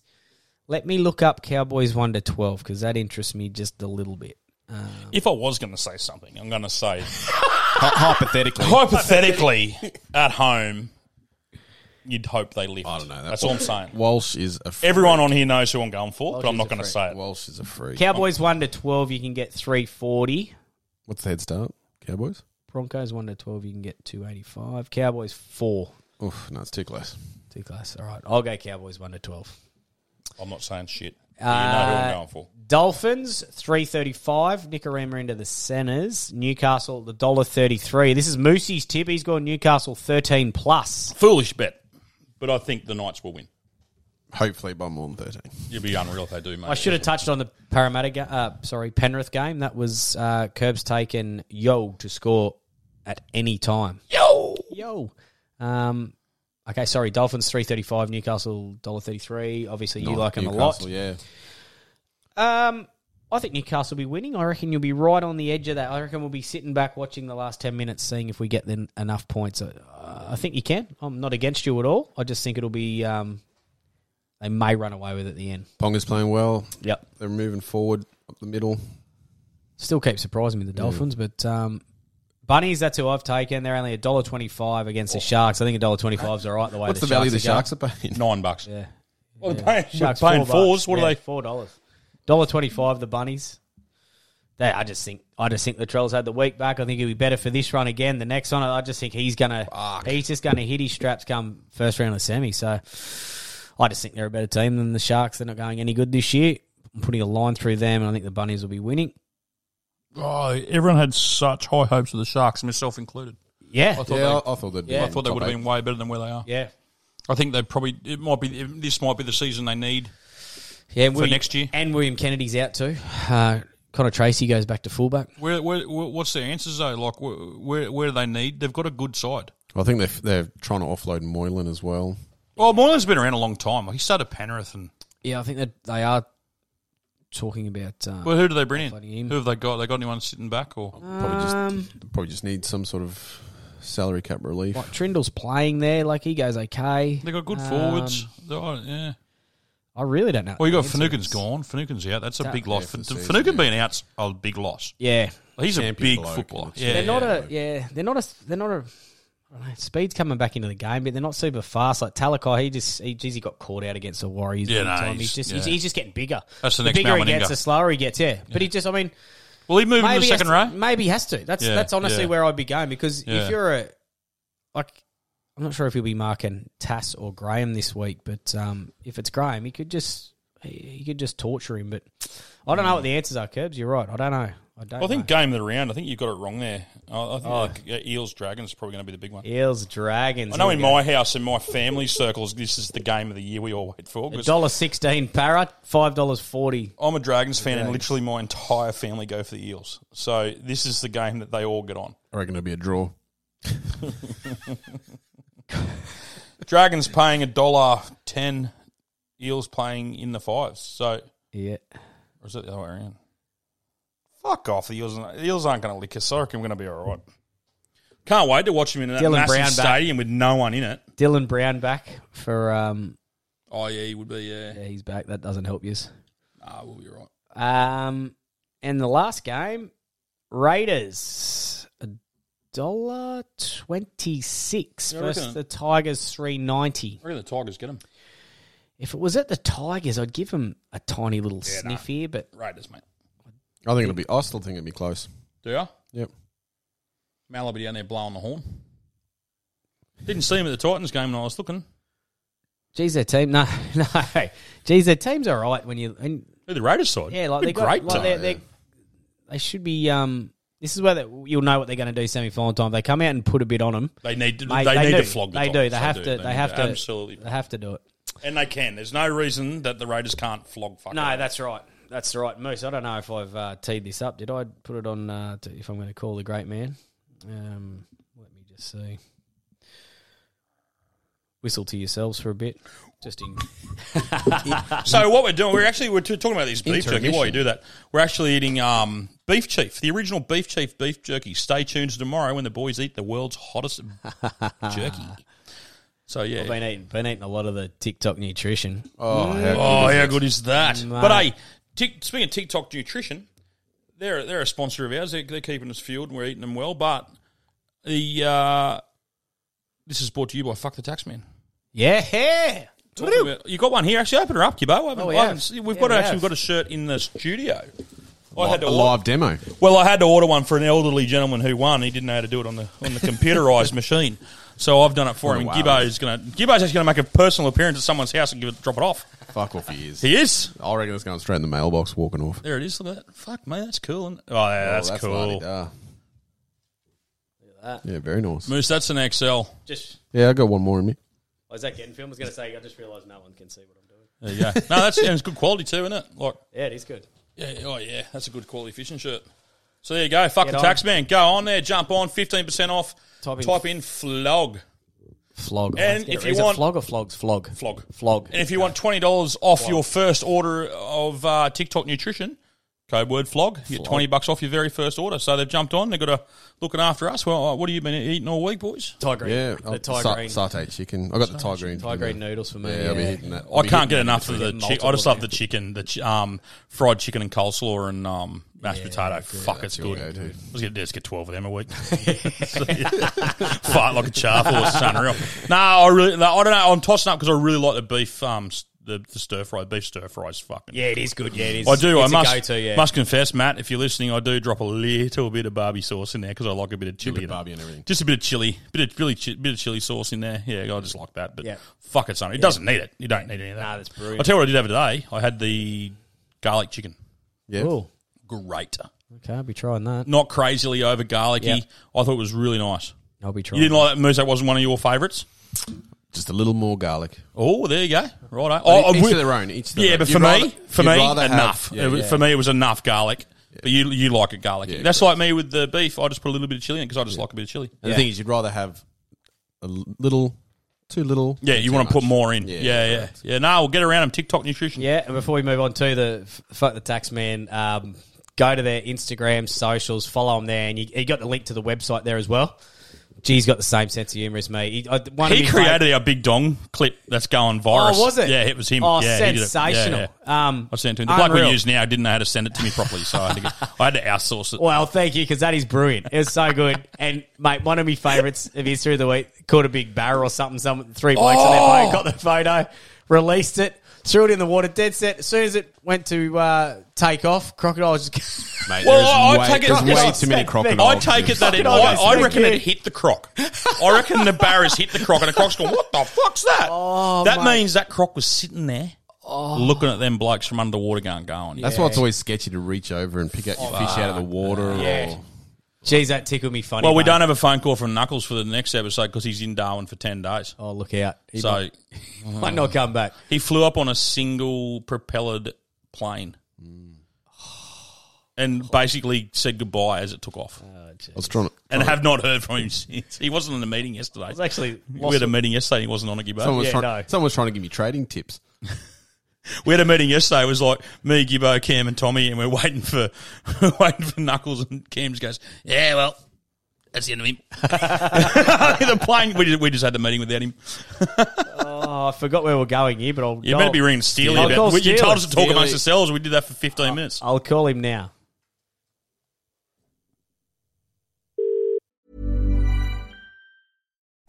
Speaker 4: let me look up Cowboys 1 to 12 because that interests me just a little bit.
Speaker 1: If I was going to say something, I'm going to say
Speaker 5: Hypothetically.
Speaker 1: hypothetically at home, you'd hope they lift.
Speaker 5: I don't know. That
Speaker 1: That's all I'm saying.
Speaker 5: Walsh is a freak.
Speaker 1: Everyone on here knows who I'm going for, but I'm
Speaker 4: is
Speaker 1: not
Speaker 4: a
Speaker 1: going to
Speaker 4: freak.
Speaker 1: say it.
Speaker 5: Walsh is a freak.
Speaker 4: Cowboys 1 to 12, you can get 340.
Speaker 5: What's the head start? Cowboys?
Speaker 4: Broncos 1 to 12, you can get 285. Cowboys 4.
Speaker 5: Oof, no, it's too close.
Speaker 4: Too close. All right. I'll go Cowboys 1 to 12.
Speaker 1: I'm not saying shit. You know who I'm
Speaker 4: Uh,
Speaker 1: going for.
Speaker 4: Dolphins 335. Nicaragua into the centres. Newcastle the dollar 33. This is Moosey's tip. He's got Newcastle 13 plus.
Speaker 1: Foolish bet, but I think the Knights will win.
Speaker 5: Hopefully by more than 13.
Speaker 1: You'd be unreal if they do, mate.
Speaker 4: I should have touched on the Parramatta, ga- uh, sorry, Penrith game. That was uh, Curbs taken Yo to score at any time. Yo! Yo! Um, okay, sorry. Dolphins 335, Newcastle $1.33. Obviously, you like them a lot.
Speaker 5: Newcastle, yeah.
Speaker 4: Um, I think Newcastle will be winning. I reckon you'll be right on the edge of that. I reckon we'll be sitting back watching the last 10 minutes, seeing if we get then enough points. Uh, I think you can. I'm not against you at all. I just think it'll be, um, they may run away with it at the end.
Speaker 5: Ponga's playing well.
Speaker 4: Yep.
Speaker 5: They're moving forward up the middle.
Speaker 4: Still keep surprising
Speaker 5: Mm.
Speaker 4: me, the Dolphins, but. Um, Bunnies, that's who I've taken. They're only $1.25 against the Sharks. I think $1.25 is all right the way
Speaker 5: Oh. What's
Speaker 4: the,
Speaker 5: the, value the
Speaker 4: are going.
Speaker 5: Sharks are paying?
Speaker 1: Nine bucks.
Speaker 4: Yeah.
Speaker 1: Well, they're
Speaker 4: Yeah.
Speaker 1: paying, we're paying
Speaker 4: four
Speaker 1: fours.
Speaker 4: bucks.
Speaker 1: What
Speaker 4: Yeah,
Speaker 1: are they?
Speaker 4: Four dollars. Dollar twenty-five. The bunnies. They, I just think. I just think Latrell's had the week back. I think he'll be better for this run again. The next one, I just think he's gonna. He's just gonna hit his straps come first round of semi. So, I just think they're a better team than the Sharks. They're not going any good this year. I'm putting a line through them, and I think the bunnies will be winning.
Speaker 1: Oh, everyone had such high hopes of the Sharks, myself included.
Speaker 4: Yeah.
Speaker 1: I thought
Speaker 5: Yeah,
Speaker 1: they,
Speaker 5: I thought they'd be.
Speaker 4: Yeah.
Speaker 1: I thought they would have been way better than where they are.
Speaker 4: yeah.
Speaker 1: I think they probably it might be this might be the season they need.
Speaker 4: Yeah. and
Speaker 1: For next year.
Speaker 4: And William Kennedy's out too. Uh, Connor Tracy goes back to fullback.
Speaker 1: Where, where, where- what's their answers though? Like where, where where do they need? They've got a good side.
Speaker 5: I think they're, they're trying to offload Moylan as well.
Speaker 1: Well, Moylan's been around a long time. He started Penrith, and
Speaker 4: Yeah, I think that they are talking about. Um,
Speaker 1: well, who do they bring
Speaker 4: Bloody
Speaker 1: in?
Speaker 4: him. Um,
Speaker 1: Who have they got? They got anyone sitting back or?
Speaker 5: Probably just probably just need some sort of salary cap relief.
Speaker 4: Like Trindle's playing there, like he goes okay.
Speaker 1: They got good
Speaker 4: Um,
Speaker 1: forwards. They're all- yeah.
Speaker 4: I really don't know.
Speaker 1: Well, you got
Speaker 4: It's-
Speaker 1: Finucane's gone. Finucane's out. That's a
Speaker 4: Yeah.
Speaker 1: big
Speaker 5: Yeah,
Speaker 1: loss.
Speaker 5: for the
Speaker 1: Fin-
Speaker 5: season,
Speaker 1: Finucane
Speaker 5: yeah.
Speaker 1: being out's a big loss.
Speaker 4: Yeah,
Speaker 1: He's a
Speaker 5: Champion
Speaker 1: big
Speaker 5: bloke.
Speaker 1: footballer.
Speaker 5: Yeah.
Speaker 1: Yeah,
Speaker 4: they're
Speaker 1: yeah.
Speaker 4: not a. Yeah, they're not a. They're not a. I don't know, speed's coming back into the game, but they're not super fast. Like Talakai, he just he, geez, he got caught out against the Warriors.
Speaker 1: Yeah,
Speaker 4: one
Speaker 1: no,
Speaker 4: time.
Speaker 1: he's-
Speaker 4: he's, just he's,
Speaker 1: yeah.
Speaker 4: he's just getting bigger.
Speaker 1: That's the
Speaker 4: the
Speaker 1: next
Speaker 4: bigger he
Speaker 1: Malmaninga.
Speaker 4: gets, the slower he gets. Yeah, but he just, I mean,
Speaker 1: Will he move in
Speaker 4: maybe
Speaker 1: the
Speaker 4: he has
Speaker 1: second
Speaker 4: to-
Speaker 1: row?
Speaker 4: Maybe he has to. That's
Speaker 1: Yeah,
Speaker 4: that's honestly
Speaker 1: yeah.
Speaker 4: where I'd be going because
Speaker 1: Yeah.
Speaker 4: if you're a like, I'm not sure if he'll be marking Tass or Graham this week, but um, if it's Graham, he could just he, he could just torture him. But I don't know what the answers are, Curbs. You're right. I don't know. I I don't
Speaker 1: Well, I think
Speaker 4: know.
Speaker 1: game of the round. I think you got it wrong there. I, I think
Speaker 4: Mm. Oh.
Speaker 1: like, yeah, Eels Dragons is probably going to be the big one.
Speaker 4: Eels Dragons.
Speaker 1: I know
Speaker 4: here
Speaker 1: in
Speaker 4: we go.
Speaker 1: my house, in my family circles, this is the game of the year we all wait for. 'cause
Speaker 4: dollar sixteen parrot, five dollars forty.
Speaker 1: I'm a Dragons fan, and
Speaker 4: Dragons.
Speaker 1: literally my entire family go for the Eels. So this is the game that they all get on.
Speaker 5: I reckon it'll be a draw.
Speaker 1: Dragons paying a dollar ten, Eels paying in the fives. So
Speaker 4: yeah,
Speaker 1: or is it the other way around? Fuck off! The Eels, the Eels aren't going to lick us. I reckon we're going to be all right. Can't wait to watch him in that
Speaker 4: Dylan
Speaker 1: massive
Speaker 4: Brown back.
Speaker 1: stadium with no one in it.
Speaker 4: Dylan Brown back for um
Speaker 1: Oh yeah, he would be. Yeah,
Speaker 4: yeah he's back. That doesn't help yous.
Speaker 1: Ah, we'll be right.
Speaker 4: Um, and the last game, Raiders a dollar twenty six
Speaker 1: Yeah, I
Speaker 4: versus
Speaker 1: reckon-
Speaker 4: the Tigers three ninety.
Speaker 1: I reckon the Tigers get him.
Speaker 4: If it was at the Tigers, I'd give him a tiny little sniff here, but
Speaker 1: Raiders, mate.
Speaker 5: I think it'll be. I still think it'll be close.
Speaker 1: Do you?
Speaker 5: Yep.
Speaker 1: Malaby down there blowing the horn. Didn't see him at the Titans game when I was looking.
Speaker 4: geez, their team (laughs) no no, geez, their team's all right when you and
Speaker 1: Who the Raiders side?
Speaker 4: Yeah, like they got
Speaker 1: great.
Speaker 4: like
Speaker 1: team.
Speaker 4: they're, they're, they should be. Um, this is where they, you'll know what they're going to do semi final time. They come out and put a bit on them.
Speaker 1: They need to- they need to flog the
Speaker 4: They do. They
Speaker 1: Titans. They
Speaker 4: have
Speaker 1: do.
Speaker 4: to.
Speaker 1: They
Speaker 4: They,
Speaker 1: need
Speaker 4: have
Speaker 1: to
Speaker 4: to.
Speaker 1: absolutely-
Speaker 4: They have to do it.
Speaker 1: and they can. There's no reason that the Raiders can't flog. Fuck
Speaker 4: No, that's right. That's right, Moose. I don't know if I've uh, teed this up. Did I put it on? Uh, to, if I'm going to call the great man, um, let me just see. Whistle to yourselves for a bit, just in.
Speaker 1: So what we're doing, we're actually we're t- talking about this beef jerky. While you
Speaker 4: Intermission.
Speaker 1: do that, we're actually eating um, beef chief, the original beef chief beef jerky. Stay tuned to tomorrow when the boys eat the world's hottest
Speaker 4: (laughs)
Speaker 1: jerky. So yeah,
Speaker 4: I've been eating, been eating a lot of the TikTok nutrition.
Speaker 1: Oh, how good, is, that?
Speaker 4: Mate.
Speaker 1: But hey, tick, speaking of TikTok nutrition, they're they're a sponsor of ours. They're, they're keeping us fueled and we're eating them well. But the uh, this is brought to you by Fuck the Taxman.
Speaker 4: Yeah.
Speaker 1: Talking about- You got one here. Actually, open her up, Gibbo. I haven't-
Speaker 4: Oh, we
Speaker 1: I
Speaker 4: have.
Speaker 1: haven't seen- We've
Speaker 4: Yeah,
Speaker 1: got
Speaker 4: we
Speaker 1: actually
Speaker 4: have.
Speaker 1: got a shirt in the studio. Oh, I had to
Speaker 5: a
Speaker 1: order,
Speaker 5: live demo.
Speaker 1: well, I had to order one for an elderly gentleman who won. He didn't know how to do it on the on the
Speaker 4: (laughs)
Speaker 1: computerized machine, so I've done it
Speaker 4: Oh,
Speaker 1: for him.
Speaker 5: Wow.
Speaker 1: Gibbo's gonna Gibbo's actually gonna make a personal appearance at someone's house and give it drop it off.
Speaker 5: Fuck off, he is.
Speaker 1: He is.
Speaker 5: I reckon it's going straight in the mailbox, walking off.
Speaker 1: There it is. Look at that. Fuck, mate, that's cool. isn't it? Oh, yeah, that's,
Speaker 5: Oh,
Speaker 1: cool.
Speaker 5: la-di-da. Yeah, very nice.
Speaker 1: Moose, that's an XL.
Speaker 4: Just
Speaker 5: Yeah, I got one more in me.
Speaker 4: oh, is that getting film? I was going to say. I just realised no one can see what I'm doing.
Speaker 1: There you go. no, that's and it's good quality too, isn't it? Like,
Speaker 4: Yeah, it is good.
Speaker 1: yeah, oh yeah, that's a good quality fishing shirt. So there you go. Fuck
Speaker 4: Get
Speaker 1: the
Speaker 4: on.
Speaker 1: tax man. Go on there. Jump on. Fifteen percent off.
Speaker 4: Type in-
Speaker 1: flog.
Speaker 4: Flog.
Speaker 1: And
Speaker 4: Let's get
Speaker 1: if
Speaker 4: it.
Speaker 1: you
Speaker 4: is it
Speaker 1: want-
Speaker 4: flog or flogs, flog,
Speaker 1: Flog.
Speaker 4: flog.
Speaker 1: And if you want twenty dollars off your first order of uh, TikTok nutrition, code word flog. You get twenty bucks off your very first order. So they've jumped on. They've got to looking after us. Well, uh, what have you been eating all week, boys?
Speaker 4: tiger,
Speaker 5: Yeah,
Speaker 4: the tiger
Speaker 5: sa-
Speaker 4: green,
Speaker 5: satay chicken. I got the tiger green.
Speaker 4: tiger green noodles for me.
Speaker 5: Yeah, I'll be hitting that.
Speaker 1: I can't get enough of the.
Speaker 4: between.
Speaker 1: Chi- I just love the chicken, the ch- um, fried chicken and coleslaw and um, mashed potato. Fuck, it's good.
Speaker 5: go-to.
Speaker 1: Let's get let's get twelve of them a week. (laughs) Fight like a chaffle. It's unreal. No, I really. No, I don't know. I'm tossing up because I really like the beef. Um, s- the, the stir fry, beef stir fries. Fucking.
Speaker 4: Yeah, it is good. Yeah, it is.
Speaker 1: I do.
Speaker 4: It's
Speaker 1: I must
Speaker 4: go to. Yeah,
Speaker 1: must confess, Matt. If you're listening, I do drop a little bit of barbie sauce in there because I like a bit of chili,
Speaker 5: bit
Speaker 1: in it.
Speaker 5: barbie and everything.
Speaker 1: Just a bit of chili, bit of really chi- bit of chili sauce in there. Yeah, I just like that. But
Speaker 4: Yeah.
Speaker 1: fuck it, son. It doesn't need it. You don't need any of that.
Speaker 4: Nah, that's brilliant.
Speaker 1: I tell you what, I did have today. I had the garlic chicken.
Speaker 5: Yeah.
Speaker 4: Cool.
Speaker 1: Great.
Speaker 4: Okay, I'll be trying that.
Speaker 1: Not crazily over garlicky.
Speaker 4: Yeah.
Speaker 1: I thought it was really nice.
Speaker 4: I'll be trying.
Speaker 1: You didn't like that, Moose? That wasn't one of your favourites.
Speaker 5: Just a little more garlic.
Speaker 1: Oh, there you go. Oh, Right.
Speaker 5: each to their own, each to their
Speaker 1: yeah,
Speaker 5: own.
Speaker 1: but
Speaker 5: You'd
Speaker 1: for me,
Speaker 5: rather-
Speaker 1: for
Speaker 5: you'd
Speaker 1: me,
Speaker 5: rather have-
Speaker 1: enough.
Speaker 5: yeah,
Speaker 1: It was-
Speaker 5: yeah.
Speaker 1: For me, it was enough garlic. But you you like it garlicky.
Speaker 5: Yeah,
Speaker 1: That's like me with the beef. I just put a little bit of chili in because I just like a bit of chili.
Speaker 5: And The thing is, you'd rather have a l- little, too little.
Speaker 1: Yeah,
Speaker 5: than
Speaker 1: you
Speaker 5: too
Speaker 1: want to put
Speaker 5: much.
Speaker 1: more in. Yeah,
Speaker 5: Yeah,
Speaker 1: yeah, yeah.
Speaker 5: correct.
Speaker 1: no, we'll get around them. TikTok nutrition.
Speaker 4: Yeah, and before we move on to the f- fuck the tax man, um, go to their Instagram socials, follow them there, and you, you got the link to the website there as well. G's got the same sense of humour as me. He, I, one of
Speaker 1: He
Speaker 4: my
Speaker 1: created our big dong clip that's going viral.
Speaker 4: Oh, was it?
Speaker 1: Yeah, it was him.
Speaker 4: Oh,
Speaker 1: yeah, he did it. Yeah,
Speaker 4: sensational. Um,
Speaker 1: I sent it to him. The bloke we
Speaker 4: unreal.
Speaker 1: use now didn't know how to send it to me properly, so I had to, get, I had to
Speaker 5: (laughs)
Speaker 1: outsource it.
Speaker 4: Well, thank you because that is brilliant. It was so good, and mate, one of my favourites of his through the week caught a big barrel or something. Some three blokes on their boat got the photo, released it, threw it in the water, dead set. As soon as it went to uh, take off, crocodile was just (laughs)
Speaker 5: Mate,
Speaker 1: Well,
Speaker 5: there is
Speaker 1: I- I
Speaker 5: way,
Speaker 1: take it-
Speaker 5: there's
Speaker 1: Yes,
Speaker 5: way
Speaker 1: yes,
Speaker 5: too many
Speaker 4: that-
Speaker 5: crocodiles.
Speaker 1: I take it that it, I,
Speaker 4: Crocodile goes
Speaker 1: I
Speaker 4: to
Speaker 1: reckon
Speaker 4: the
Speaker 1: it hit the croc. I reckon the barras hit the croc, and the croc's gone. What the fuck's that? that means that croc was sitting there.
Speaker 4: Oh.
Speaker 1: looking at them blokes from underwater going, going.
Speaker 5: That's why it's always sketchy to reach over and pick out your fish out of the water.
Speaker 1: Yeah.
Speaker 5: Or
Speaker 4: Jeez, that tickled me funny.
Speaker 1: well, we
Speaker 4: mate.
Speaker 1: don't have a phone call from Knuckles for the next episode because he's in Darwin for 10 days.
Speaker 4: Oh, look out. He
Speaker 1: so
Speaker 4: might- might not come (laughs) back.
Speaker 1: He flew up on a single propelled plane and basically said goodbye as it took off.
Speaker 5: I was trying to.
Speaker 1: and have not heard from him since. He wasn't in the meeting yesterday.
Speaker 4: was actually
Speaker 1: we
Speaker 4: lost
Speaker 1: had a
Speaker 4: it.
Speaker 1: meeting yesterday. He wasn't on a Gibbo.
Speaker 5: Someone was, trying, someone was trying to give me trading tips.
Speaker 1: We had a meeting yesterday. It was like me, Gibbo, Cam, and Tommy, and we're (laughs) waiting for waiting for Knuckles. And Cam just goes, "Yeah, well, that's the end of him." (laughs) the plane. We just, we just had the meeting without him.
Speaker 4: Oh, I forgot where we're going here, but I'll.
Speaker 1: You better be ringing Steely.
Speaker 4: I'll
Speaker 1: About,
Speaker 4: call
Speaker 1: you told us to talk
Speaker 4: Steely. Uh,
Speaker 1: amongst ourselves. We did that for fifteen minutes.
Speaker 4: I'll call him now.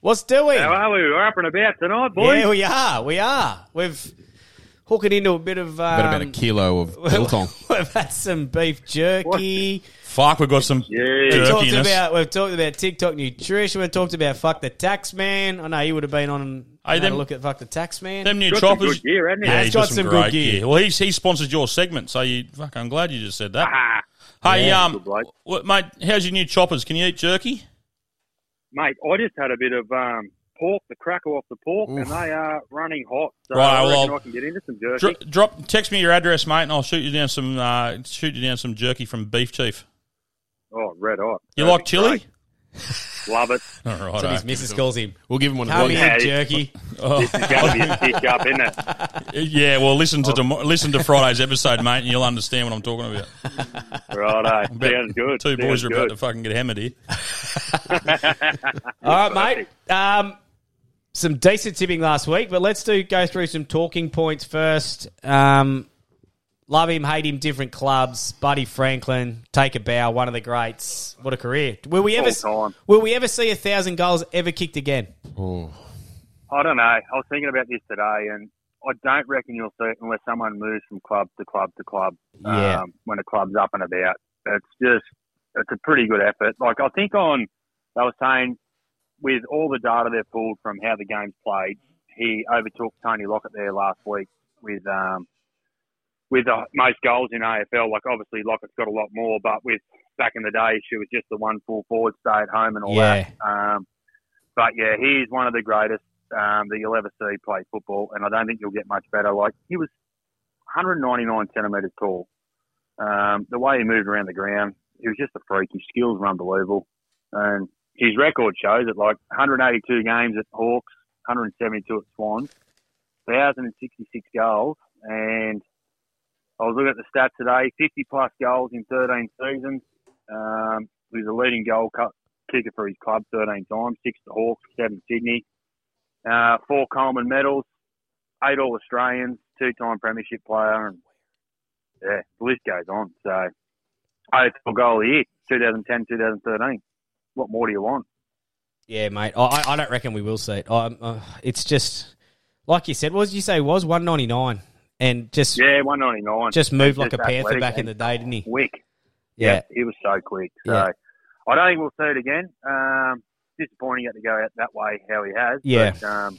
Speaker 4: What's doing?
Speaker 8: How are we? We're up and about tonight, boys.
Speaker 4: Yeah, we are. We are. We've hooking into a bit of. Um,
Speaker 5: About about a kilo of
Speaker 4: (laughs)
Speaker 5: biltong.
Speaker 4: We've had some beef jerky.
Speaker 1: Fuck, we've got some
Speaker 4: We've talked
Speaker 1: jerkiness.
Speaker 4: about we've talked about TikTok nutrition. We've talked about fuck the tax man. I know you would have been on.
Speaker 1: Hey,
Speaker 4: Hey,
Speaker 1: them-
Speaker 4: them, look at fuck the tax man.
Speaker 1: Them new choppers.
Speaker 4: Yeah,
Speaker 1: Yeah,
Speaker 4: he's got, some, good
Speaker 1: great
Speaker 4: gear.
Speaker 1: Well, he's, he sponsored your segment, so you fuck. I'm glad you just said that.
Speaker 4: Ah.
Speaker 1: hey,
Speaker 8: Yeah.
Speaker 1: um, what, mate, how's your new choppers? Can you eat jerky?
Speaker 8: Mate, I just had a bit of um, pork, the crackle off the pork, and they are running hot. So
Speaker 1: Right,
Speaker 8: I reckon
Speaker 1: well,
Speaker 8: I can get into some jerky.
Speaker 1: Dro- drop, text me your address, mate, and I'll shoot you down some uh, shoot you down some jerky from Beef Chief.
Speaker 8: oh, red hot.
Speaker 1: You
Speaker 8: That'd
Speaker 1: like
Speaker 8: be
Speaker 1: chili?
Speaker 8: great. Love it.
Speaker 1: (laughs) All right,
Speaker 4: So his
Speaker 1: eh?
Speaker 4: missus calls him.
Speaker 5: We'll give him one
Speaker 4: How
Speaker 1: of
Speaker 4: many
Speaker 1: those.
Speaker 4: egg
Speaker 1: Yeah,
Speaker 4: jerky?
Speaker 1: Oh.
Speaker 8: This is going to be a kick up, isn't it?
Speaker 1: yeah, well, listen
Speaker 8: Oh.
Speaker 1: to tomo- listen to Friday's episode, mate, and you'll understand what I'm talking about.
Speaker 8: Right,
Speaker 1: About
Speaker 8: sounds good.
Speaker 1: Two boys
Speaker 8: sounds
Speaker 1: are about
Speaker 8: good.
Speaker 1: to fucking get hammered here.
Speaker 4: (laughs) All right, mate. Um, some decent tipping last week, but let's do go through some talking points first. Um, love him, hate him, different clubs. Buddy Franklin, take a bow, one of the greats. What a career! Will we ever
Speaker 8: All time.
Speaker 4: will we ever see a thousand goals ever kicked again?
Speaker 5: Oh.
Speaker 8: I don't know. I was thinking about this today, and I don't reckon you'll see it unless someone moves from club to club to club.
Speaker 4: Yeah.
Speaker 8: Um, when a club's up and about, it's just it's a pretty good effort. Like I think on they were saying with all the data they've pulled from how the game's played, he overtook Tony Lockett there last week with um, with the most goals in AFL. Like obviously Lockett's got a lot more, but with back in the day she was just the one full forward, stay at home and all
Speaker 4: Yeah.
Speaker 8: that. Um, but yeah, he is one of the greatest um, that you'll ever see play football, and I don't think you'll get much better. Like he was 199 centimeters tall. Um, the way he moved around the ground, he was just a freak. His skills were unbelievable, and his record shows it. Like 182 games at Hawks, 172 at Swans, 1,066 goals, and I was looking at the stats today: 50 plus goals in 13 seasons. Um, he was a leading goal cut kicker for his club 13 times, six to Hawks, seven Sydney, uh, four Coleman medals, eight All Australians, two-time Premiership player, and yeah, the list goes on. So, AFL goal of the year, 2010, 2013. What more do you want?
Speaker 4: Yeah, mate. I- I, I don't reckon we will see it. I, uh, it's just like you said. What did you say? it Was one ninety nine and just
Speaker 8: Yeah, 199.
Speaker 4: just moved like a
Speaker 8: Just
Speaker 4: panther
Speaker 8: athletic
Speaker 4: back in the
Speaker 8: and
Speaker 4: day, didn't he?
Speaker 8: Quick.
Speaker 4: Yeah.
Speaker 8: he was so quick. So,
Speaker 4: Yeah.
Speaker 8: I don't think we'll see it again. Um, disappointing he had to go out that way how he has.
Speaker 4: Yeah.
Speaker 8: But, um,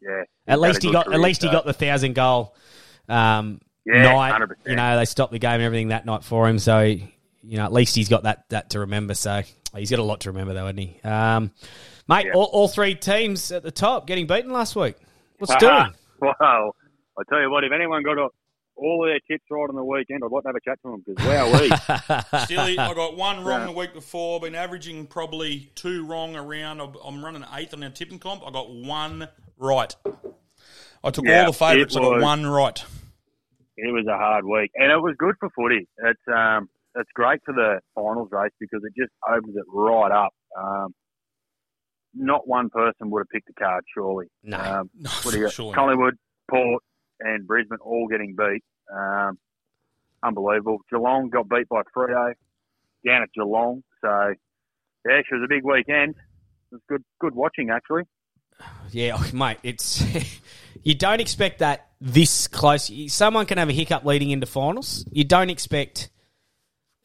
Speaker 8: yeah.
Speaker 4: At
Speaker 8: he's had
Speaker 4: least
Speaker 8: a
Speaker 4: he
Speaker 8: good
Speaker 4: got.
Speaker 8: career,
Speaker 4: at least he
Speaker 8: so-
Speaker 4: got the thousand goal um,
Speaker 1: Yeah,
Speaker 4: night.
Speaker 1: 100%.
Speaker 4: You know, they stopped the game and everything that night for him. So, you know, at least he's got that that to remember. So he's got a lot to remember, though, hasn't he? Um, mate, all, all three teams at the top getting beaten last week.
Speaker 8: (laughs)
Speaker 4: What's doing?
Speaker 1: Wow. I tell you what, if anyone got a, all their tips right on the weekend, I'd like to have a chat to them because wow,
Speaker 5: Steely, I got one wrong the week before. Been averaging probably two wrong around. I'm- I'm running eighth on our tipping comp. I got one right. I took
Speaker 1: Yeah,
Speaker 5: all the favourites.
Speaker 1: it
Speaker 5: I got
Speaker 1: was-
Speaker 5: one right.
Speaker 1: It was a hard week, and it was good for footy. It's um, it's great for the finals race because it just opens it right up. Um, not one person would have picked the card, surely.
Speaker 4: No,
Speaker 1: um,
Speaker 5: (laughs) no
Speaker 1: what do you got?
Speaker 5: surely not.
Speaker 1: Collingwood, Port, and Brisbane all getting beat. Um, unbelievable. Geelong got beat by Frio down at Geelong. So yeah, she was a big weekend. It was good, good watching actually.
Speaker 4: Yeah, (laughs) oh, mate, it's you don't expect that this close. Someone can have a hiccup leading into finals. You don't expect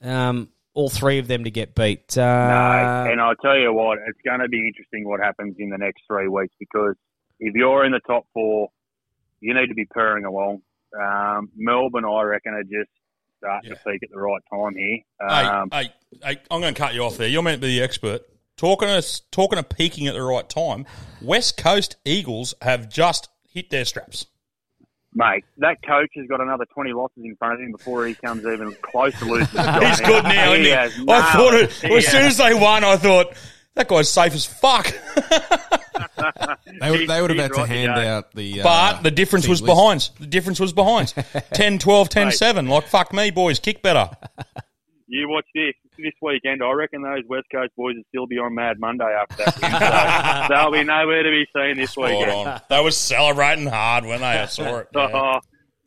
Speaker 4: um, all three of them to get beat. Uh,
Speaker 1: No, and I'll tell you what, it's going to be interesting what happens in the next three weeks because if you're in the top four, you need to be purring along. Um, Melbourne, I reckon, are just starting to peak at the right time here. Um,
Speaker 5: hey, hey, hey, I'm going to cut you off there. You're meant to be the expert. Talking us, talking of peaking at the right time. West Coast Eagles have just hit their straps.
Speaker 1: Mate, that coach has got another 20 losses in front of him before he comes even close to losing.
Speaker 8: (laughs)
Speaker 1: the job.
Speaker 5: He's good now,
Speaker 1: He
Speaker 5: isn't he?
Speaker 1: has
Speaker 5: I
Speaker 1: nailed
Speaker 5: thought it,
Speaker 1: He
Speaker 5: well, as soon
Speaker 1: has.
Speaker 5: as they won, I thought that guy's safe as fuck.
Speaker 9: They would, they would have
Speaker 5: He's
Speaker 9: had to
Speaker 5: right
Speaker 9: hand
Speaker 5: today.
Speaker 9: out the.
Speaker 5: but the difference was behinds. The difference was behinds. (laughs) 10 12, 10 7. Like, fuck me, boys. Kick better.
Speaker 1: You watch this this weekend. I reckon those West Coast boys will still be on Mad Monday after that. win, so (laughs) they'll be nowhere to be seen this
Speaker 5: Spot
Speaker 1: weekend.
Speaker 5: on. They were celebrating hard when they I
Speaker 1: (laughs)
Speaker 5: saw it. yeah.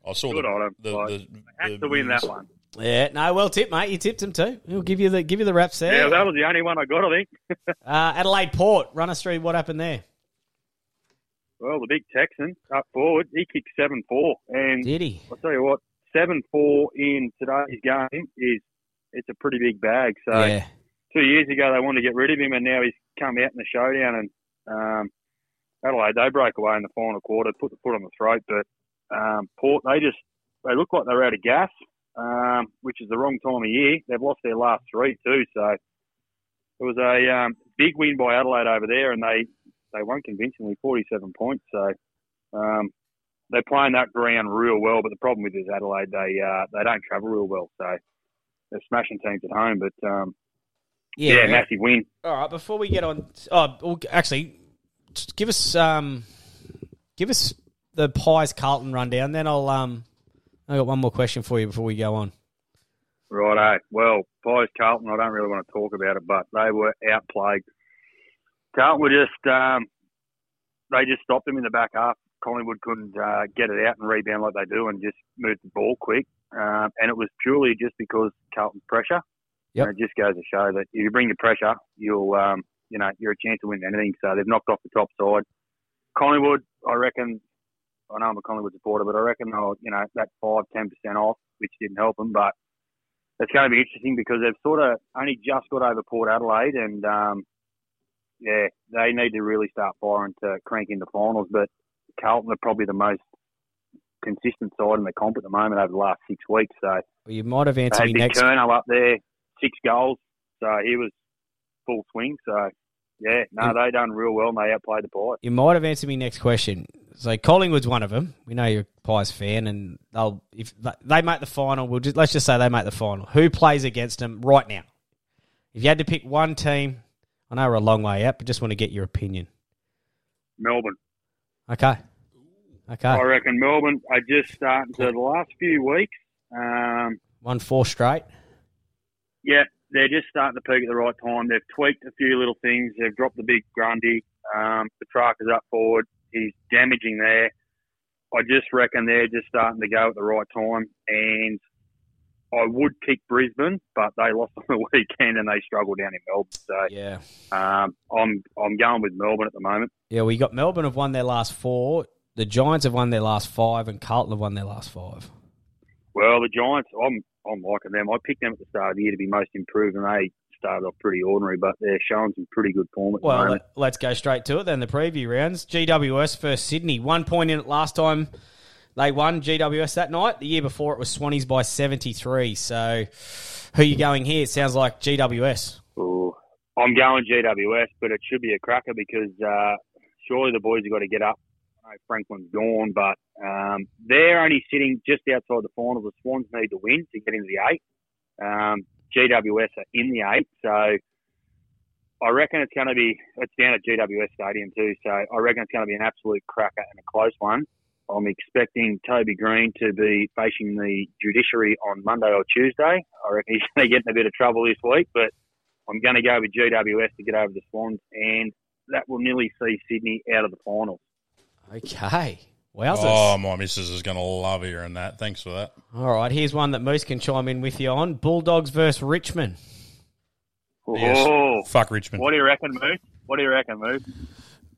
Speaker 5: I saw
Speaker 1: Oh, Good
Speaker 5: the,
Speaker 1: on 'em.
Speaker 5: the,
Speaker 1: Like,
Speaker 5: the,
Speaker 1: they have to win that one.
Speaker 4: yeah, no, well tipped, mate. You tipped them too. We'll give you the give you the wraps there.
Speaker 1: Yeah, that was the only one I got, I think.
Speaker 4: Uh, Adelaide Port, run us through what happened there.
Speaker 1: Well, the big Texan up forward, he kicked seven four, and
Speaker 4: did he?
Speaker 1: I'll tell you what, seven four in today's game is it's a pretty big bag. So
Speaker 4: yeah,
Speaker 1: two years ago they wanted to get rid of him, and now he's come out in the showdown. And um, Adelaide they broke away in the final quarter, put the foot on the throat, but um, Port they just they look like they're out of gas, um, which is the wrong time of year. They've lost their last three too, so it was a um, big win by Adelaide over there, and they they won convincingly, forty seven points. So. Um, they're playing that ground real well, but the problem with it is Adelaide they uh, they don't travel real well, so they're smashing teams at home. But um,
Speaker 4: Yeah.
Speaker 1: yeah, massive win.
Speaker 4: All right, before we get on, oh, well, actually, just give us um, give us the Pies Carlton rundown. Then I'll um, I got one more question for you before we go on.
Speaker 1: Righto. Well, Pies Carlton, I don't really want to talk about it, but they were outplayed. Carlton were just, um, they just stopped them in the back half. Collingwood couldn't uh, get it out and rebound like they do and just moved the ball quick. Um, and it was purely just because Carlton's pressure.
Speaker 4: Yep.
Speaker 1: And it just goes to show that if you bring the pressure, you'll, um, you know, you're a chance to win anything. So they've knocked off the top side. Collingwood, I reckon, I know I'm a Collingwood supporter, but I reckon, they'll, you know, that 5 10% off, which didn't help them, but it's going to be interesting because they've sort of only just got over Port Adelaide, and um, yeah, they need to really start firing to crank in the finals. But Carlton are probably the most consistent side in the comp at the moment over the last six weeks. So
Speaker 4: Well, you might have answered
Speaker 1: they
Speaker 4: me
Speaker 1: had Big
Speaker 4: next.
Speaker 1: Kerno up there, six goals, so he was full swing. So yeah, no, they done real well, and they outplayed the Pies.
Speaker 4: You might have answered me next question. So Collingwood's one of them. We know you're a Pies fan, and they'll if they make the final, we'll just let's just say they make the final. Who plays against them right now? If you had to pick one team, I know we're a long way out, but just want to get your opinion.
Speaker 1: Melbourne.
Speaker 4: Okay. Okay.
Speaker 1: I reckon Melbourne are just starting to the last few weeks. Um,
Speaker 4: Won four straight.
Speaker 1: Yeah, they're just starting to peak at the right time. They've tweaked a few little things. They've dropped the big Grundy. Um, Petrarca's up forward. He's damaging there. I just reckon they're just starting to go at the right time. And I would pick Brisbane, but they lost on the (laughs) weekend and they struggled down in Melbourne. So
Speaker 4: yeah,
Speaker 1: um, I'm I'm going with Melbourne at the moment.
Speaker 4: Yeah, we got Melbourne have won their last four. The Giants have won their last five, and Carlton have won their last five.
Speaker 1: Well, the Giants, I'm I'm liking them. I picked them at the start of the year to be most improved, and they started off pretty ordinary, but they're showing some pretty good form at the
Speaker 4: Well,
Speaker 1: moment.
Speaker 4: let, let's go straight to it then. The preview rounds: GWS first Sydney, one point in it last time. They won GWS that night. The year before it was Swannies by 73. So who you going here? It sounds like GWS.
Speaker 1: Ooh. I'm going GWS, but it should be a cracker because uh, surely the boys have got to get up. I know Franklin's gone, but um, they're only sitting just outside the final. The Swans need to win to get into the eight. Um, GWS are in the eight, so I reckon it's going to be it's down at GWS Stadium too. So I reckon it's going to be an absolute cracker and a close one. I'm expecting Toby Green to be facing the judiciary on Monday or Tuesday. I reckon he's going to get in a bit of trouble this week, but I'm going to go with GWS to get over the Swans, and that will nearly see Sydney out of the finals.
Speaker 4: Okay. Wowzers.
Speaker 8: Oh, my missus is going to love hearing that. Thanks for that.
Speaker 4: All right, here's one that Moose can chime in with you on. Bulldogs versus (laughs) Richmond.
Speaker 8: Yes. Fuck Richmond.
Speaker 1: Oh, What do you reckon, Moose? What do you reckon, Moose?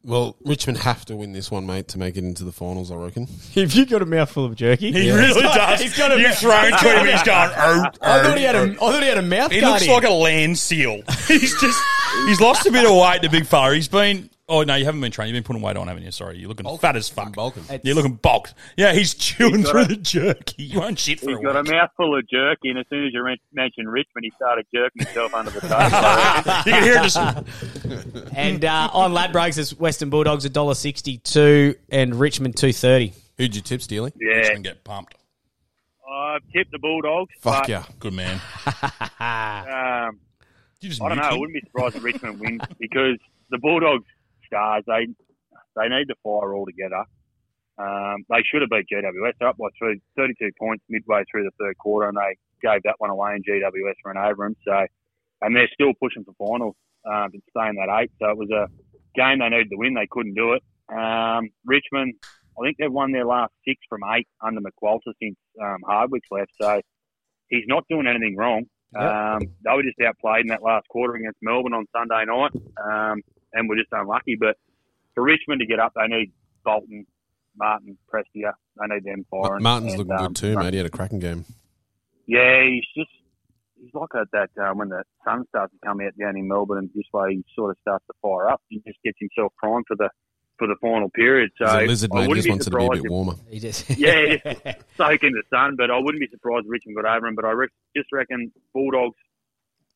Speaker 5: Well, Richmond have to win this one, mate, to make it into the finals. I reckon.
Speaker 4: If you got a mouthful of jerky,
Speaker 8: He really does.
Speaker 5: He's
Speaker 8: He's
Speaker 5: got a
Speaker 8: You've
Speaker 5: mouth-
Speaker 8: thrown to him. He's going. Oh,
Speaker 4: I thought he had a- I thought he had a mouth
Speaker 8: He
Speaker 4: guard
Speaker 8: looks
Speaker 4: in.
Speaker 8: like a land seal. (laughs) He's just. He's lost a bit of weight, the big fella. He's been. Oh no, you haven't been training. You've been putting weight on, haven't you? Sorry, you're looking fat as fuck. bulking. You're looking bulked. Yeah, he's chewing
Speaker 1: He's got
Speaker 8: through
Speaker 1: a-
Speaker 8: the jerky. You won't shit for
Speaker 1: He's
Speaker 8: a
Speaker 1: got a
Speaker 8: week.
Speaker 1: mouthful of jerky, and as soon as you re- mentioned Richmond, he started jerking himself under
Speaker 8: (laughs)
Speaker 1: the table.
Speaker 8: You can hear it
Speaker 1: (laughs)
Speaker 8: just-
Speaker 4: and uh, on Ladbrokes, it's Western Bulldogs $1.62 and Richmond 230
Speaker 5: Who'd you tip, Steely?
Speaker 1: Yeah. Richmond
Speaker 8: get pumped.
Speaker 1: I've tipped the Bulldogs.
Speaker 5: Fuck
Speaker 1: but,
Speaker 5: yeah,
Speaker 8: good man.
Speaker 1: Um,
Speaker 8: just mute
Speaker 1: I don't know. I
Speaker 8: him?
Speaker 1: wouldn't be surprised if
Speaker 8: (laughs)
Speaker 1: Richmond wins because the Bulldogs stars they they need to fire altogether. Um, they should have beat GWS. They're up by three, 32 points midway through the third quarter, and they gave that one away, and GWS ran over them. So, and they're still pushing for finals um, to stay in that eight. So it was a game they needed to win. They couldn't do it. Um, Richmond, I think they've won their last six from eight under McWalter since um, Hardwick's left. So he's not doing anything wrong.
Speaker 10: Yeah.
Speaker 1: Um, they were just outplayed in that last quarter against Melbourne on Sunday night, um, and were just unlucky. But for Richmond to get up, they need Bolton, Martin, Prestia. They need them firing.
Speaker 5: Martin's
Speaker 1: And,
Speaker 5: looking
Speaker 1: um,
Speaker 5: good too, mate. He had a cracking game.
Speaker 1: Yeah, he's just he's like at that um, when the sun starts to come out down in Melbourne, and this way he sort of starts to fire up. He just gets himself primed for the for the final period. So
Speaker 5: He's a lizard,
Speaker 1: I
Speaker 5: mate. He
Speaker 1: wouldn't
Speaker 5: just
Speaker 1: be
Speaker 5: wants it to be a
Speaker 1: surprised
Speaker 5: bit
Speaker 1: if-
Speaker 5: warmer.
Speaker 4: He just (laughs)
Speaker 1: yeah, just soak in the sun. But I wouldn't be surprised if Richmond got over him. But I rec- just reckon Bulldogs,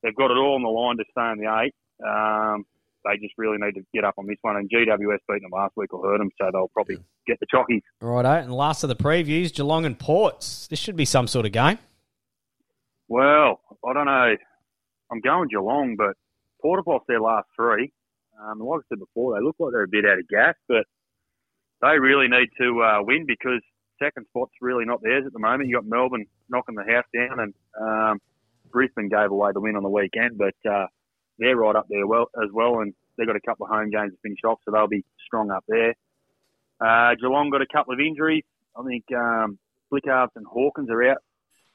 Speaker 1: they've got it all on the line to stay in the eight. Um, they just really need to get up on this one. And GWS beating them last week will hurt them, so they'll probably get the chockies.
Speaker 4: Righto, and last of the previews, Geelong and Ports. This should be some sort of game.
Speaker 1: Well, I don't know. I'm going Geelong, but Port have lost their last three. Um, like I said before, they look like they're a bit out of gas, but they really need to uh, win because second spot's really not theirs at the moment. You got Melbourne knocking the house down, and um, Brisbane gave away the win on the weekend, but uh, they're right up there well as well, and they've got a couple of home games to finish off, so they'll be strong up there. Uh, Geelong got a couple of injuries. I think um, Flickharves and Hawkins are out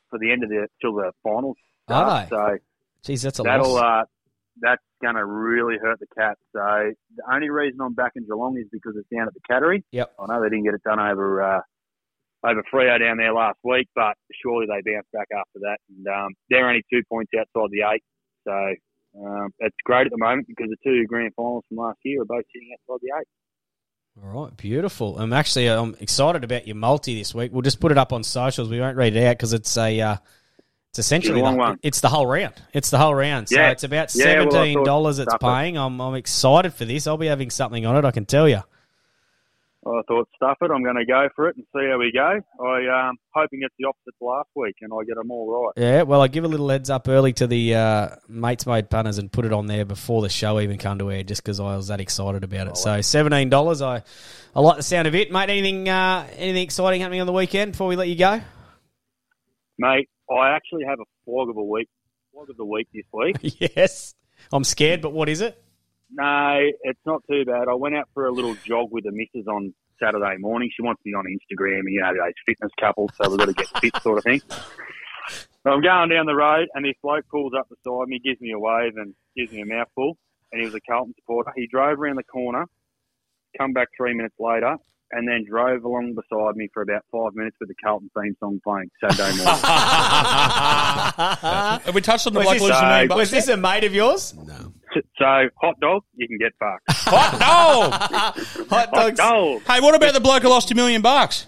Speaker 1: for the end of the till the finals.
Speaker 4: Are
Speaker 1: start,
Speaker 4: they?
Speaker 1: So
Speaker 4: Jeez, that's a
Speaker 1: that'll
Speaker 4: loss.
Speaker 1: uh, that's going to really hurt the Cats. So the only reason I'm back in Geelong is because it's down at the Cattery.
Speaker 4: Yep.
Speaker 1: I know they didn't get it done over uh, over Freo down there last week, but surely they bounce back after that. And um, they're only two points outside the eight, so um, it's great at the moment because the two grand finals from last year are both sitting outside the eight.
Speaker 4: All right, beautiful. I'm actually I'm excited about your multi this week. We'll just put it up on socials. We won't read it out because it's a uh, it's essentially
Speaker 1: It's a long
Speaker 4: the-
Speaker 1: one.
Speaker 4: it's the whole round. It's the whole round. So
Speaker 1: Yeah.
Speaker 4: it's about
Speaker 1: Yeah, well, I thought
Speaker 4: seventeen dollars. it's
Speaker 1: stuff it.
Speaker 4: paying. I'm I'm excited for this. I'll be having something on it. I can tell you.
Speaker 1: I thought, stuff it, I'm going to go for it and see how we go. I um, hoping it's the opposite to last week, and I get them all right.
Speaker 4: Yeah, well, I give a little heads up early to the uh, mates made punters and put it on there before the show even come to air, just because I was that excited about it. So seventeen dollars, I, I like the sound of it, mate. Anything, uh, anything exciting happening on the weekend before we let you go? (laughs)
Speaker 1: Mate, I actually have a flog of a week, flog of the week this week.
Speaker 4: yes, I'm scared, but what is it? (laughs)
Speaker 1: No, it's not too bad. I went out for a little jog with the missus on Saturday morning. She wants me on Instagram, and you know, those fitness couples, so we've got to get fit sort of thing. So I'm going down the road, and this bloke pulls up beside me, gives me a wave, and gives me a mouthful. And he was a Carlton supporter. He drove around the corner, come back three minutes later, and then drove along beside me for about five minutes with the Carlton theme song playing Saturday morning.
Speaker 8: (laughs) Have we touched on the
Speaker 1: Was
Speaker 8: bloke
Speaker 1: this-
Speaker 8: who lives in
Speaker 1: uh,
Speaker 8: Moonbuck?
Speaker 1: was this
Speaker 4: a mate of yours?
Speaker 1: So, hot dog, you can get fucked.
Speaker 8: Hot dog. Hot
Speaker 1: dogs. dog.
Speaker 8: Hey, what about the bloke who lost a million bucks?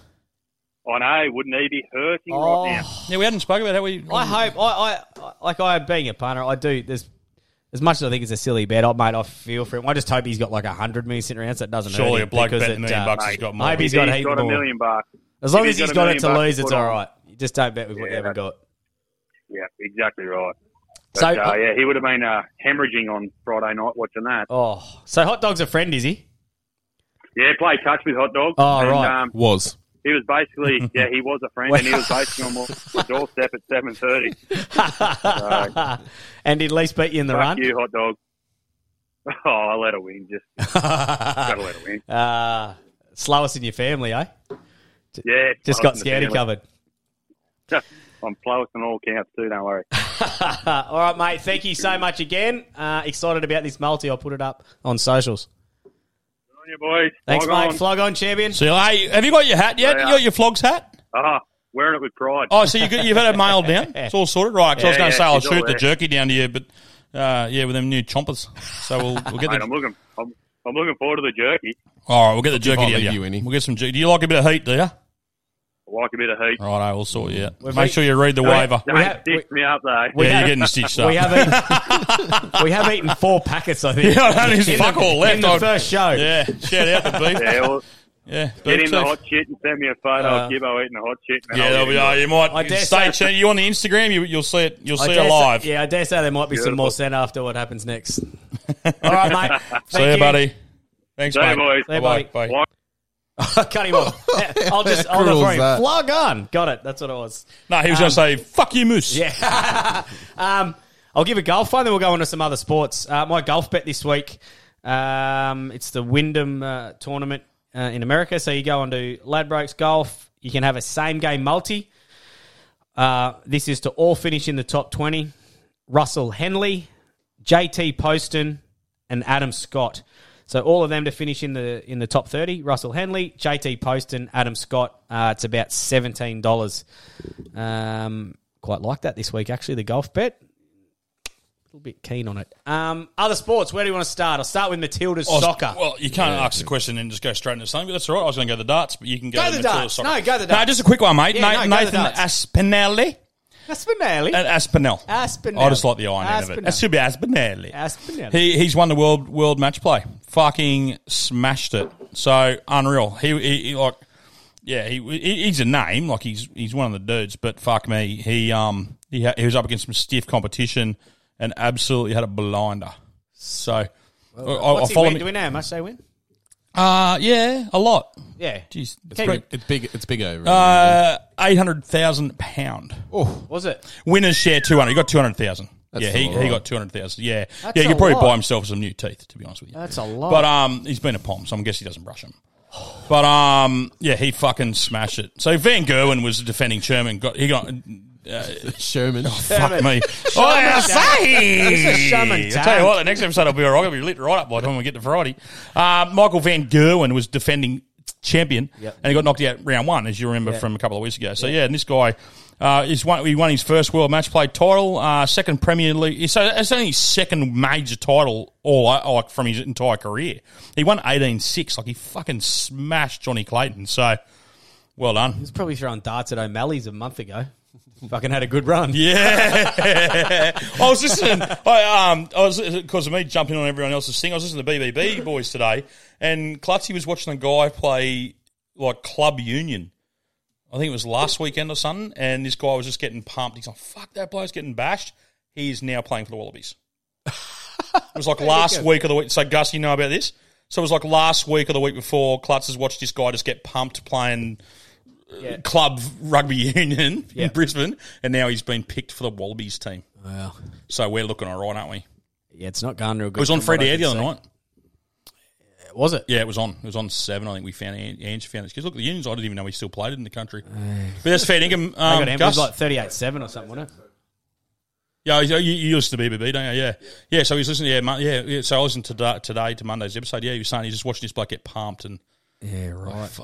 Speaker 1: I know, wouldn't he be hurting
Speaker 4: Oh,
Speaker 1: right now?
Speaker 8: Yeah, we hadn't spoken about how we.
Speaker 4: I hope I, I like I being a punter, I do. There's as much as I think it's a silly bet, I mate, I feel for him. I just hope he's got like a hundred million sitting around, so it doesn't.
Speaker 8: Surely
Speaker 4: hurt him
Speaker 8: a bloke
Speaker 4: because
Speaker 8: betting a
Speaker 4: it,
Speaker 8: million
Speaker 4: uh,
Speaker 8: bucks has got more.
Speaker 4: I hope he's
Speaker 8: If
Speaker 4: got,
Speaker 8: he's
Speaker 4: heap
Speaker 8: got a
Speaker 4: more.
Speaker 8: million
Speaker 1: bucks-
Speaker 4: As long
Speaker 1: if
Speaker 4: as
Speaker 1: he's
Speaker 4: he's
Speaker 1: got a
Speaker 4: got it to
Speaker 1: million bucks
Speaker 4: lose,
Speaker 1: to
Speaker 4: it's
Speaker 1: put
Speaker 4: all
Speaker 1: on.
Speaker 4: right. You just don't bet with what you
Speaker 1: Yeah,
Speaker 4: haven't got.
Speaker 1: Yeah, exactly right. But,
Speaker 4: So-
Speaker 1: uh, yeah, he would have been uh, hemorrhaging on Friday night watching that.
Speaker 4: Oh, so hot dog's a friend, is he?
Speaker 1: Yeah, play touch with hot dog.
Speaker 4: Oh,
Speaker 1: And,
Speaker 4: right.
Speaker 1: um,
Speaker 5: Was.
Speaker 1: he was
Speaker 4: (laughs)
Speaker 1: basically yeah, he was a friend, and he was basically on my doorstep at seven thirty.
Speaker 4: (laughs) and did Lease beat you in the
Speaker 1: Fuck
Speaker 4: run? (laughs)
Speaker 1: you, hot dog. (laughs) Oh, I let her win. Just gotta let her win.
Speaker 4: Uh, slowest in your family, eh? J-
Speaker 1: Yeah,
Speaker 4: Just got
Speaker 1: slowest in the
Speaker 4: scaredy
Speaker 1: family.
Speaker 4: covered.
Speaker 1: (laughs) I'm close on all counts too.
Speaker 4: (laughs)
Speaker 1: Don't worry.
Speaker 4: all right, mate. Thank you so much again. Uh, excited about this multi. I'll put it up on socials.
Speaker 1: On you, boys.
Speaker 4: Thanks,
Speaker 1: Flog
Speaker 4: mate.
Speaker 1: on.
Speaker 4: Flog on, champion.
Speaker 8: See, hey, have you got your hat yet?
Speaker 1: Yeah.
Speaker 8: You got your flogs hat?
Speaker 1: Ah, wearing it with pride.
Speaker 8: Oh, so you got, you've had it mailed
Speaker 4: (laughs)
Speaker 8: down? It's all sorted, right? 'cause I was
Speaker 1: Yeah,
Speaker 8: going to
Speaker 1: yeah,
Speaker 8: say I'll
Speaker 1: she's all
Speaker 8: shoot the
Speaker 1: there.
Speaker 8: jerky down to you, but uh, yeah, with them new chompers. So we'll, we'll get
Speaker 4: (laughs)
Speaker 1: Mate,
Speaker 8: the
Speaker 1: I'm looking. I'm, I'm looking forward to the jerky.
Speaker 8: all right. We'll get the
Speaker 5: can't
Speaker 8: jerky down
Speaker 5: leave
Speaker 8: to
Speaker 5: you any.
Speaker 8: you. We'll get (laughs) some. jer- Do you like a bit of heat? Do you?
Speaker 1: I like a bit of heat.
Speaker 8: Right, I will sort you out.
Speaker 1: We've
Speaker 8: Make
Speaker 1: eat-
Speaker 8: sure you read the
Speaker 1: Don't-
Speaker 8: waiver.
Speaker 1: Don't stitch me up though.
Speaker 8: We Yeah, you're have- getting stitched
Speaker 1: (laughs)
Speaker 8: up.
Speaker 4: We have eaten, (laughs) we have eaten four packets, I
Speaker 8: (laughs)
Speaker 4: think.
Speaker 8: Yeah, that is
Speaker 4: In
Speaker 8: fuck
Speaker 4: the-
Speaker 8: all left.
Speaker 4: In the
Speaker 8: I'd-
Speaker 4: first show.
Speaker 8: Yeah, shout out to Beef. (laughs)
Speaker 1: Yeah, well,
Speaker 8: yeah,
Speaker 1: Get
Speaker 8: Beef
Speaker 1: him the
Speaker 8: Chief.
Speaker 1: hot shit and send me a photo
Speaker 8: Uh,
Speaker 1: of Gibbo eating the hot shit. and then
Speaker 8: Yeah,
Speaker 1: I'll
Speaker 8: that'll
Speaker 1: get
Speaker 8: be.
Speaker 1: him
Speaker 8: Oh,
Speaker 1: to-
Speaker 8: you might
Speaker 4: I dare
Speaker 8: stay
Speaker 4: say-
Speaker 8: tuned. You on the Instagram? You, you'll see it. You'll
Speaker 4: I
Speaker 8: see it
Speaker 4: dare say-
Speaker 8: live.
Speaker 4: yeah, I dare say there might be some more sent after what
Speaker 8: (laughs)
Speaker 4: happens next. All right, mate.
Speaker 8: See
Speaker 4: Thank
Speaker 8: ya,
Speaker 4: you.
Speaker 8: buddy. Thanks,
Speaker 4: See ya,
Speaker 8: mate.
Speaker 4: boys. See ya,
Speaker 8: Bye-bye.
Speaker 4: buddy.
Speaker 8: Bye.
Speaker 4: (laughs) Cut
Speaker 8: (laughs)
Speaker 4: him off. Yeah, I'll just I'll
Speaker 8: Cruel's
Speaker 4: just throw him.
Speaker 8: that.
Speaker 4: Flog on. Got it. That's what it was.
Speaker 8: No, he was
Speaker 4: Um,
Speaker 8: going to say, "Fuck you, Moose."
Speaker 4: Yeah. um, I'll give a golf one, then we'll go on to some other sports. Uh, my golf bet this week, um, it's the Wyndham uh, tournament uh, in America. So you go on to Ladbrokes Golf. You can have a same game multi. Uh, this is to all finish in the top 20. Russell Henley, JT Poston, and Adam Scott. So all of them to finish in the in the top 30. Russell Henley, JT Poston, Adam Scott. Uh, it's about $17. Um, quite like that this week, actually, the golf bet. A little bit keen on it. Um, other sports, where do you want to start? I'll start with Matilda's
Speaker 8: Oh,
Speaker 4: soccer.
Speaker 8: Well, you can't ask the question and just go straight into something. But that's all right. I was going to go the darts, but you can go,
Speaker 4: Go
Speaker 8: to
Speaker 4: the
Speaker 8: Matilda's
Speaker 4: darts.
Speaker 8: soccer.
Speaker 4: No, go the
Speaker 8: No,
Speaker 4: darts.
Speaker 8: just a quick one, mate.
Speaker 4: Yeah, no, go the
Speaker 8: Nathan
Speaker 4: darts.
Speaker 8: Aspinelli.
Speaker 4: Aspinelli.
Speaker 8: And (laughs) Aspinall.
Speaker 4: Aspinall.
Speaker 8: I just like the iron out of it.
Speaker 4: Aspinall.
Speaker 8: That should be Aspinelli.
Speaker 4: Aspinall.
Speaker 8: He he's won the world world match play. Fucking smashed it. So unreal. He he, he like yeah. He, he he's a name. Like he's he's one of the dudes. But fuck me. He um he ha- he was up against some stiff competition and absolutely had a blinder. So I, I- I
Speaker 4: What's he
Speaker 8: follow
Speaker 4: win?
Speaker 8: me.
Speaker 4: Do we know how much they win?
Speaker 8: Uh, yeah, a lot.
Speaker 4: Yeah.
Speaker 8: Jeez.
Speaker 4: Keep
Speaker 8: great.
Speaker 4: it-
Speaker 5: It's big. It's big over.
Speaker 8: Uh, 800,000 pound.
Speaker 5: Oh,
Speaker 4: was it?
Speaker 8: Winners share 200. He got 200,000.
Speaker 5: That's
Speaker 8: Yeah, he,
Speaker 5: all right.
Speaker 8: he got 200,000. Yeah.
Speaker 4: That's
Speaker 8: yeah, he
Speaker 4: a
Speaker 8: could probably
Speaker 4: lot.
Speaker 8: buy himself some new teeth, to be honest with you.
Speaker 4: That's a lot.
Speaker 8: But um, he's been a pom, so I'm guessing he doesn't brush them. But um, yeah, he fucking smashed it. So Van Gerwen was defending Sherman. Got he got uh,
Speaker 5: (laughs) Sherman.
Speaker 8: fuck me. oh,
Speaker 4: Sherman
Speaker 8: I
Speaker 4: Tank.
Speaker 8: say.
Speaker 4: It's a Sherman
Speaker 8: I tell you
Speaker 4: Tank.
Speaker 8: what, the next episode will be all right. It'll be lit right up by the time we get to Friday. Uh,
Speaker 1: (laughs)
Speaker 8: Michael Van Gerwen was defending champion,
Speaker 11: Yep.
Speaker 8: and he got knocked out round one, as you remember
Speaker 11: Yeah.
Speaker 8: from a couple of weeks ago. So yeah, and this guy. Uh, he's won, he won his first world match play title, uh, second Premier League. So that's only his second major title all like from his entire career. He won 18-6. Like he fucking smashed Johnny Clayton. So well done.
Speaker 4: He was probably throwing darts at O'Malley's a month ago. (laughs) Fucking had a good run.
Speaker 8: Yeah, I was listening. I um, I was because of me jumping on everyone else's thing. I was listening to BBB boys today, and Clutzy was watching a guy play like club union. I think it was last weekend or something, and this guy was just getting pumped. He's like, "Fuck that bloke's getting bashed." He is now playing for the Wallabies. It was
Speaker 4: (laughs)
Speaker 8: like last
Speaker 11: go.
Speaker 8: week of the week. So Gus, you know about this. So it was like last week or the week before. Klutz has watched this guy just get pumped playing
Speaker 4: Yeah.
Speaker 8: uh, club rugby (laughs) union
Speaker 4: Yeah.
Speaker 8: in Brisbane, and now he's been picked for the Wallabies team.
Speaker 4: Wow.
Speaker 8: So we're looking all right, aren't we?
Speaker 4: Yeah, it's not going real good.
Speaker 8: it was on
Speaker 4: from what I
Speaker 8: Freddie Air
Speaker 4: can
Speaker 8: the other
Speaker 4: see.
Speaker 8: night.
Speaker 4: Was it?
Speaker 8: Yeah, it was on. It was on seven. I think we found An- Ange found it because look, the unions. I didn't even know he still played it in the country. but that's fair
Speaker 4: (laughs)
Speaker 8: dinkum.
Speaker 4: They got
Speaker 8: Um,
Speaker 4: him.
Speaker 8: Gus,
Speaker 4: It was like 38 7 or something, wasn't it?
Speaker 8: yeah, you, you you listen to BBB, don't you? Yeah, yeah. So he's listening. Yeah, mon- yeah, yeah. So I listened to da- today to Monday's episode. Yeah, he was saying he's just watching this bloke get pumped and
Speaker 4: yeah, right.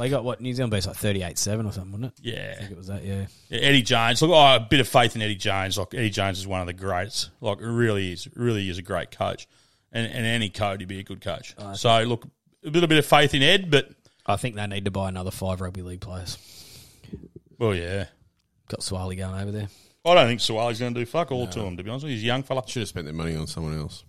Speaker 4: They got what? New Zealand base like 38 7 or something, wasn't it?
Speaker 8: Yeah.
Speaker 4: I think it was that, yeah.
Speaker 8: Yeah, Eddie Jones. Look, oh, a bit of faith in Eddie Jones. Like Eddie Jones is one of the greats. Like really is, really is a great coach, and and any coach he'd be a good coach. so look, a little bit of faith in Ed, but
Speaker 4: I think they need to buy another five rugby league players.
Speaker 7: Well, yeah.
Speaker 4: Got Swali going over there.
Speaker 7: I don't think Sawali's going to do fuck all to him, to be honest with you. He's a young fella.
Speaker 5: Should have spent their money on someone else.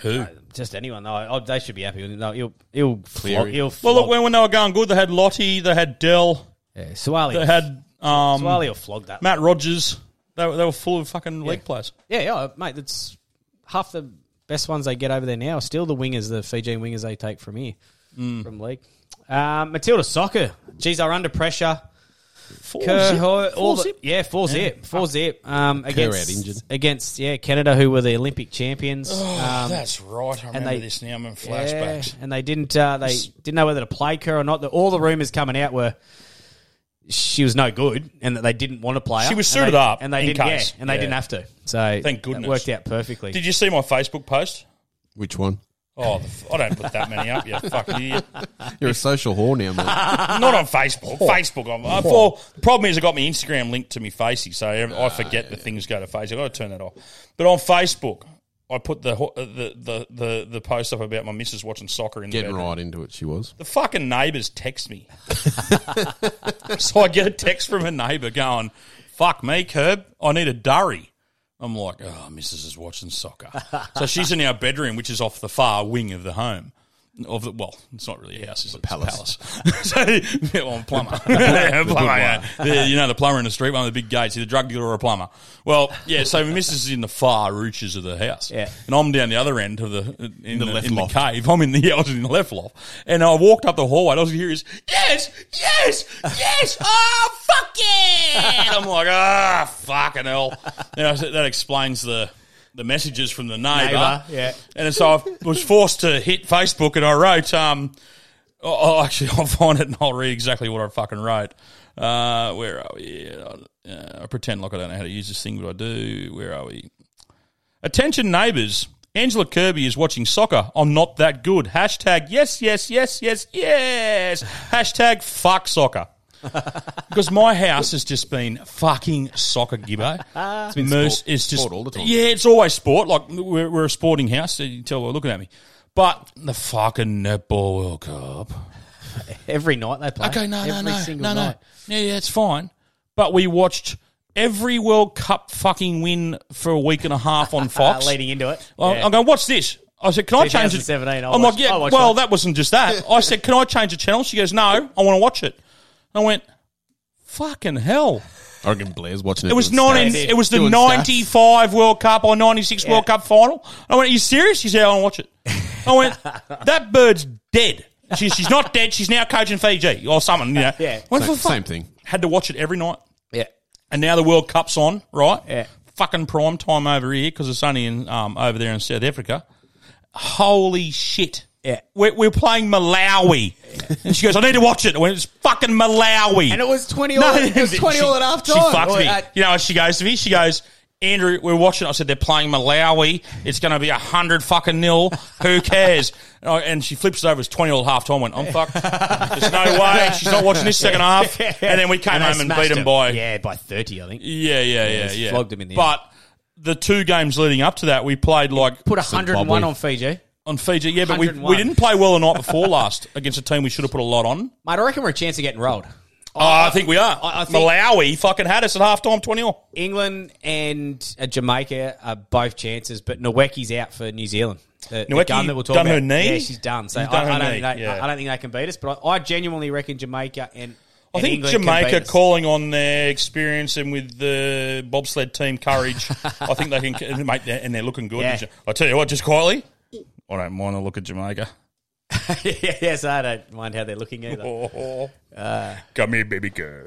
Speaker 7: Who?
Speaker 4: Just anyone, though. Oh, they should be happy with him. No, he'll, he'll, flog, he'll
Speaker 7: well,
Speaker 4: flog.
Speaker 7: look, when, when they were going good, they had Lottie, they had Dell.
Speaker 4: Yeah, Suwali.
Speaker 7: They had. Um,
Speaker 4: Suwali will flog that.
Speaker 7: Matt Rogers. They, were- they were full of fucking
Speaker 4: Yeah.
Speaker 7: league players.
Speaker 4: Yeah, yeah, mate. That's half the best ones they get over there now. are Still the wingers, the Fijian wingers they take from here,
Speaker 7: Hmm.
Speaker 4: from league. Um, Matilda Soccer. Geez, they're under pressure. Four
Speaker 7: zip. Four
Speaker 4: the,
Speaker 7: zip.
Speaker 4: Yeah, four
Speaker 7: Yeah. Ah.
Speaker 4: zip. Four zip. Um,
Speaker 7: Kerr
Speaker 4: against,
Speaker 7: out injured.
Speaker 4: against yeah Canada, who were the Olympic champions.
Speaker 7: Oh,
Speaker 4: Um,
Speaker 7: that's right. I
Speaker 4: and
Speaker 7: remember
Speaker 4: they-
Speaker 7: this now. I'm in
Speaker 4: yeah,
Speaker 7: flashbacks.
Speaker 4: and they didn't. Uh, they didn't know whether to play Kerr or not. The, all the rumors coming out were she was no good, and that they didn't want to play her.
Speaker 7: She was
Speaker 4: And
Speaker 7: suited
Speaker 4: they-
Speaker 7: up
Speaker 4: and they
Speaker 7: in
Speaker 4: didn't.
Speaker 7: case.
Speaker 4: Yeah, and they
Speaker 7: Yeah.
Speaker 4: didn't have to. So
Speaker 7: Thank
Speaker 4: that
Speaker 7: goodness.
Speaker 4: worked out perfectly.
Speaker 7: Did you see my Facebook post?
Speaker 5: Which one?
Speaker 7: Oh, the, f- I don't put that many
Speaker 5: (laughs)
Speaker 7: up. You fucking idiot.
Speaker 5: You're a social whore
Speaker 7: (laughs)
Speaker 5: now, mate.
Speaker 7: Not on Facebook. Facebook. I'm, I'm, well, the problem is I got my Instagram linked to my Facey, so I forget the things go to Facey. I've got to turn that off. But on Facebook, I put the ho- the the the, the post up about my missus watching soccer in
Speaker 5: Getting
Speaker 7: the bedroom.
Speaker 5: right into it, she was.
Speaker 7: The fucking neighbours text me. (laughs) so I get a text from a neighbour going, fuck me, Curb, I need a durry. I'm like, oh, Mrs. is watching soccer. so she's in our bedroom, which is off the far wing of the home. Of the, well, it's not really a house, it's a palace. (laughs) so, yeah, well, I'm a plumber. (laughs) Yeah,
Speaker 5: The good
Speaker 7: plumber,
Speaker 5: one.
Speaker 7: yeah. The- you know, the plumber in the street, one of the big gates, either a drug dealer or a plumber. Well, yeah, so Mrs. is in the far reaches of the house. Yeah. And I'm down the other end of the, in the,
Speaker 12: The left
Speaker 7: in
Speaker 12: loft.
Speaker 7: the cave. I'm in the, (laughs) yeah, I was in the left loft. And I walked up the hallway, and I was hearing, Yes, yes, (laughs) yes. Oh, fuck yeah. And I'm like, ah, fucking hell. And I said, that explains the the messages from the neighbour.
Speaker 4: Neighbour, yeah.
Speaker 7: And so I was forced to hit Facebook, and I wrote, um, oh, oh, actually, (laughs) I'll find it and I'll read exactly what I fucking wrote. Uh, where are we? Yeah, uh, I pretend like I don't know how to use this thing, but I do. Where are we? Attention neighbours. Angela Kirby is watching soccer. I'm not that good. Hashtag yes, yes, yes, yes, yes. Hashtag fuck soccer. because my house has just been fucking soccer,
Speaker 5: (laughs)
Speaker 7: Gibbo. It's
Speaker 5: been
Speaker 7: Merce-
Speaker 5: sport-
Speaker 7: it's just,
Speaker 5: sport all the time.
Speaker 7: Yeah, it's always sport. Like, we're, we're a sporting house, so you can tell by looking at me. But the fucking Netball World Cup.
Speaker 4: Every night they play.
Speaker 7: Okay, no,
Speaker 4: Every
Speaker 7: no, no,
Speaker 4: single
Speaker 7: no, no.
Speaker 4: night.
Speaker 7: Yeah, yeah, it's fine. But we watched every World Cup fucking win for a week and a half on Fox.
Speaker 4: uh, Leading into it.
Speaker 7: I'm,
Speaker 4: Yeah.
Speaker 7: I'm going, what's this? I said, can I change it?
Speaker 4: 2017, I'll
Speaker 7: I'm
Speaker 4: watch-
Speaker 7: like, yeah,
Speaker 4: I'll watch
Speaker 7: well,
Speaker 4: that."
Speaker 7: that wasn't just that. I said, can I change the channel? She goes, no, I want to watch it. I went, fucking hell.
Speaker 5: I reckon Blair's watching it.
Speaker 7: It was
Speaker 5: doing
Speaker 7: nine.
Speaker 5: stats.
Speaker 7: It was the
Speaker 5: Doing
Speaker 7: ninety five World Cup or ninety six World Cup final. I went, "Are you serious?" She said, "I want to watch it." I went, "That bird's dead. She, she's not dead. She's now coaching Fiji or something." You know. Yeah,
Speaker 5: Same- same thing.
Speaker 7: Had to watch it every night.
Speaker 4: Yeah,
Speaker 7: and now the World Cup's on, right? Yeah, fucking prime time over here because it's only in um, over there in South Africa. Holy shit! Yeah, we're, we're playing Malawi, and she goes, "I need to watch it." I went, "It's fucking Malawi,"
Speaker 4: And it was 20 all-
Speaker 7: (laughs)
Speaker 4: it was 20
Speaker 7: she-
Speaker 4: all at half
Speaker 7: She
Speaker 4: time.
Speaker 7: fucks
Speaker 4: Or
Speaker 7: me.
Speaker 4: at-
Speaker 7: you know, what she goes to me, she goes. Andrew, we're watching. I said they're playing Malawi. It's going to be a hundred fucking nil. Who cares? And I- And she flips it over. It's twenty all at half time. I Went, I'm fucked.
Speaker 4: (laughs)
Speaker 7: There's no way. She's not watching this second half. And then we came
Speaker 4: And they
Speaker 7: home and
Speaker 4: smashed
Speaker 7: beat them by
Speaker 4: yeah by thirty. I think.
Speaker 7: yeah, yeah, yeah,
Speaker 4: just
Speaker 7: yeah.
Speaker 4: Flogged him in the
Speaker 7: but the two games leading up to that, we played like
Speaker 4: put hundred and one on Fiji.
Speaker 7: on Fiji. Yeah, but we, we
Speaker 4: 101.
Speaker 7: didn't play well the night before last (laughs) against a team we should have put a lot on.
Speaker 4: Mate, I reckon we're a chance of getting rolled.
Speaker 7: Oh, I, think we are.
Speaker 4: I think-
Speaker 7: Malawi fucking had us at halftime, twenty all.
Speaker 4: England and uh, Jamaica are both chances, but Nweki's out for New Zealand. The, the
Speaker 7: Nowicki
Speaker 4: gun that we'll talk
Speaker 7: done
Speaker 4: about.
Speaker 7: her knee?
Speaker 4: Yeah, she's done. So
Speaker 7: She's
Speaker 4: I,
Speaker 7: done her
Speaker 4: I don't
Speaker 7: knee,
Speaker 4: think they,
Speaker 7: yeah.
Speaker 4: I don't think they can beat us. But I, I genuinely reckon Jamaica and
Speaker 7: I
Speaker 4: and
Speaker 7: think
Speaker 4: England can beat
Speaker 7: Jamaica
Speaker 4: us.
Speaker 7: calling on their experience and with the bobsled
Speaker 4: (laughs)
Speaker 7: team courage, I think they can. Mate, they're- and they're looking good.
Speaker 4: Yeah.
Speaker 7: I tell you what, just quietly, I don't mind the look at Jamaica.
Speaker 4: (laughs) yeah, yes, I don't mind how they're looking
Speaker 7: Oh.
Speaker 4: either. Uh,
Speaker 7: Come here, baby girl.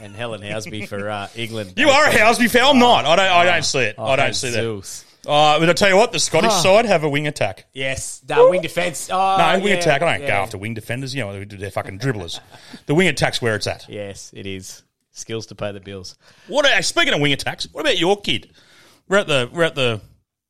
Speaker 4: and Helen Housby for
Speaker 7: (laughs)
Speaker 4: uh, England.
Speaker 7: You are a Housby fan. I'm not. I don't. I don't see
Speaker 4: Oh,
Speaker 7: it. I don't see that. Uh, but I tell you what, the Scottish
Speaker 4: Huh.
Speaker 7: side have a wing attack.
Speaker 4: Yes, no, wing defence. Oh,
Speaker 7: no, wing
Speaker 4: yeah,
Speaker 7: attack. I don't go
Speaker 4: yeah.
Speaker 7: after wing defenders. You know, they do their fucking dribblers. the wing attack's where it's at.
Speaker 4: Yes, it is. Skills to pay the bills.
Speaker 7: What? Are, speaking of wing attacks, what about your kid? We're at the we're at the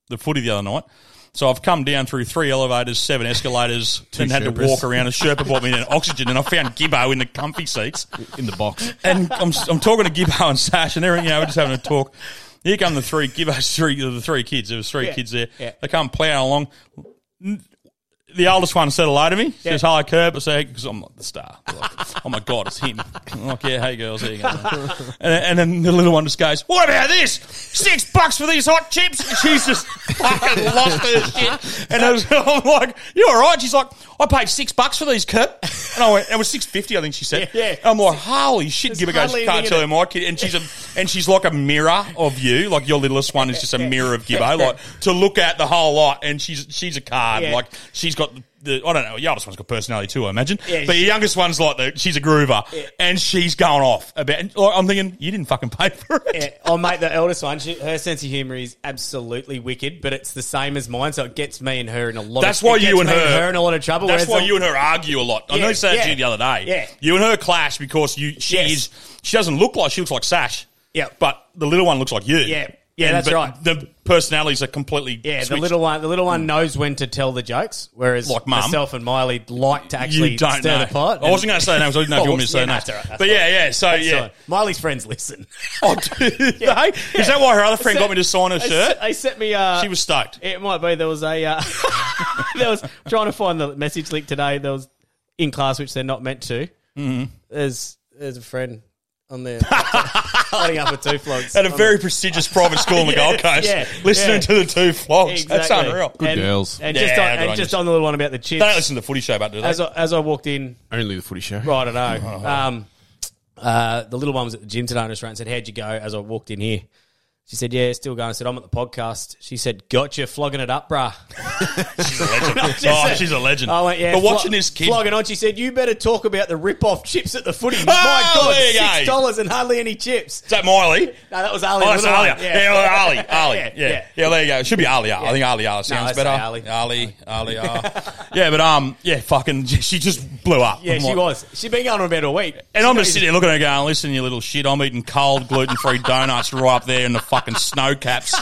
Speaker 7: the footy the other night. So I've come down through three elevators, seven escalators,
Speaker 5: Two
Speaker 7: and had to
Speaker 5: Sherpas.
Speaker 7: walk around. A Sherpa bought me an oxygen, and I found Gibbo in the comfy seats
Speaker 5: in the box.
Speaker 7: And I'm, I'm talking to Gibbo and Sash, and everything. You know, we're just having a talk. Here come the three Gibbo's three the three kids. There was three
Speaker 4: Yeah,
Speaker 7: kids there.
Speaker 4: yeah.
Speaker 7: They come plowing along. The oldest one said hello to me. Says hello, Curb. I say because I'm not the star. Like, oh my god, it's him. I'm like, yeah, hey girls, here you go. And, then- and then the little one just goes, what about this? Six bucks for these hot chips? Jesus, fucking lost her shit. And I was, (laughs) I'm like, you all right? She's like, I paid six bucks for these, Kurt. And I went, it was six fifty, I think she said.
Speaker 4: Yeah, yeah.
Speaker 7: And I'm like, holy shit,
Speaker 4: There's
Speaker 7: Gibber goes,
Speaker 4: hardly
Speaker 7: can't
Speaker 4: anything
Speaker 7: tell
Speaker 4: in
Speaker 7: you my kid. And she's a, and she's like a mirror of you. Like your littlest
Speaker 4: (laughs)
Speaker 7: one is just a mirror of Gibbo. Like to look at the whole lot, and she's she's a card.
Speaker 13: Yeah.
Speaker 7: Like she's got the, the I don't know. Your oldest one's got personality too, I imagine.
Speaker 13: Yeah,
Speaker 7: but
Speaker 13: she-
Speaker 7: your youngest one's like the she's a groover,
Speaker 4: Yeah.
Speaker 7: and she's going off about. And like, I'm thinking you didn't fucking pay for it.
Speaker 4: Yeah. Oh, mate, the eldest one, she, her sense of humour is absolutely wicked, but it's the same as mine, so it gets me and her in a lot.
Speaker 7: That's
Speaker 4: of, it
Speaker 7: why
Speaker 4: gets
Speaker 7: you and
Speaker 4: me
Speaker 7: her,
Speaker 4: in a lot of trouble.
Speaker 7: (laughs) That's
Speaker 4: whereas
Speaker 7: why
Speaker 4: the-
Speaker 7: you and her argue a lot. I
Speaker 4: Yeah,
Speaker 7: noticed that
Speaker 4: yeah.
Speaker 7: to you the other day.
Speaker 4: Yeah.
Speaker 7: you and her clash because you she is she doesn't look like she looks like Sash.
Speaker 4: Yeah,
Speaker 7: but the little one looks like you.
Speaker 4: Yeah. Yeah,
Speaker 7: And-
Speaker 4: that's
Speaker 7: but
Speaker 4: right.
Speaker 7: The personalities are completely
Speaker 4: Yeah, the
Speaker 7: switched.
Speaker 4: little one, the little one knows when to tell the jokes, whereas
Speaker 7: Like mum.
Speaker 4: myself and Miley like to actually
Speaker 7: you don't
Speaker 4: stir
Speaker 7: know.
Speaker 4: the pot.
Speaker 7: I wasn't going to say names. I didn't know if
Speaker 4: (laughs)
Speaker 7: you
Speaker 4: Oh,
Speaker 7: wanted me to say
Speaker 4: yeah, nah,
Speaker 7: names.
Speaker 4: that's all right, that's
Speaker 7: but
Speaker 4: all
Speaker 7: yeah,
Speaker 4: right.
Speaker 7: yeah. So
Speaker 4: That's
Speaker 7: yeah,
Speaker 4: all right. Miley's friends listen.
Speaker 7: (laughs)
Speaker 4: (laughs)
Speaker 7: Oh, dude, hey, is that why her other friend
Speaker 4: They
Speaker 7: got me to sign her
Speaker 4: sent-
Speaker 7: shirt?
Speaker 4: They sent me. Uh,
Speaker 7: She was stoked.
Speaker 4: It might be there was a. Uh, (laughs) there was trying to find the message link today. There was in class, which they're not meant to.
Speaker 7: Mhm.
Speaker 4: There's there's a friend on
Speaker 7: (laughs)
Speaker 4: there holding up with two flogs
Speaker 7: At a
Speaker 4: on
Speaker 7: very (laughs)
Speaker 4: the-
Speaker 7: prestigious private school on the
Speaker 4: (laughs) Yeah,
Speaker 7: Gold Coast,
Speaker 4: yeah,
Speaker 7: listening
Speaker 4: yeah.
Speaker 7: to the two flogs. That's
Speaker 4: Exactly.
Speaker 7: unreal.
Speaker 4: Good And- girls. and just on- and just on the little one about the chips.
Speaker 7: They don't listen to the footy show, but do they?
Speaker 4: As I, as I walked in,
Speaker 5: Only the footy show.
Speaker 4: Right, I know. Um, uh, the little one was at the gym today and I just ran and said, How'd you go? As I walked in here, she said, Yeah, still going. I said, I'm at the podcast. She said, Gotcha, flogging it up, bruh. she's a (laughs)
Speaker 7: legend. (laughs) Oh, she's a legend.
Speaker 4: I went, Yeah.
Speaker 7: But watching this kid-
Speaker 4: Flogging on, she said, You better talk about the rip off chips at the
Speaker 7: (laughs)
Speaker 4: footy. My God,
Speaker 7: Oh, there you go.
Speaker 4: $6 and hardly any chips. Is
Speaker 7: that Miley? No,
Speaker 4: that was Ali.
Speaker 7: Oh, that's
Speaker 4: the little
Speaker 7: Ali.
Speaker 4: one.
Speaker 7: Yeah,
Speaker 4: (laughs)
Speaker 7: well, Ali. Ali. Yeah. Yeah.
Speaker 4: yeah.
Speaker 7: there you go. It should be Ali. I
Speaker 4: Yeah.
Speaker 7: think Ali.
Speaker 4: No,
Speaker 7: Ali sounds
Speaker 4: I say
Speaker 7: better.
Speaker 4: Ali.
Speaker 7: Ali.
Speaker 4: (laughs)
Speaker 7: Ali. ah. yeah, but um, yeah, fucking, she just blew up.
Speaker 4: Yeah,
Speaker 7: I'm
Speaker 4: she
Speaker 7: like-
Speaker 4: was. She'd been going on about a week.
Speaker 7: And I'm just
Speaker 4: She's-
Speaker 7: sitting there looking at her going, listen, you little shit, I'm eating cold, gluten free donuts right up there in the fucking snow caps.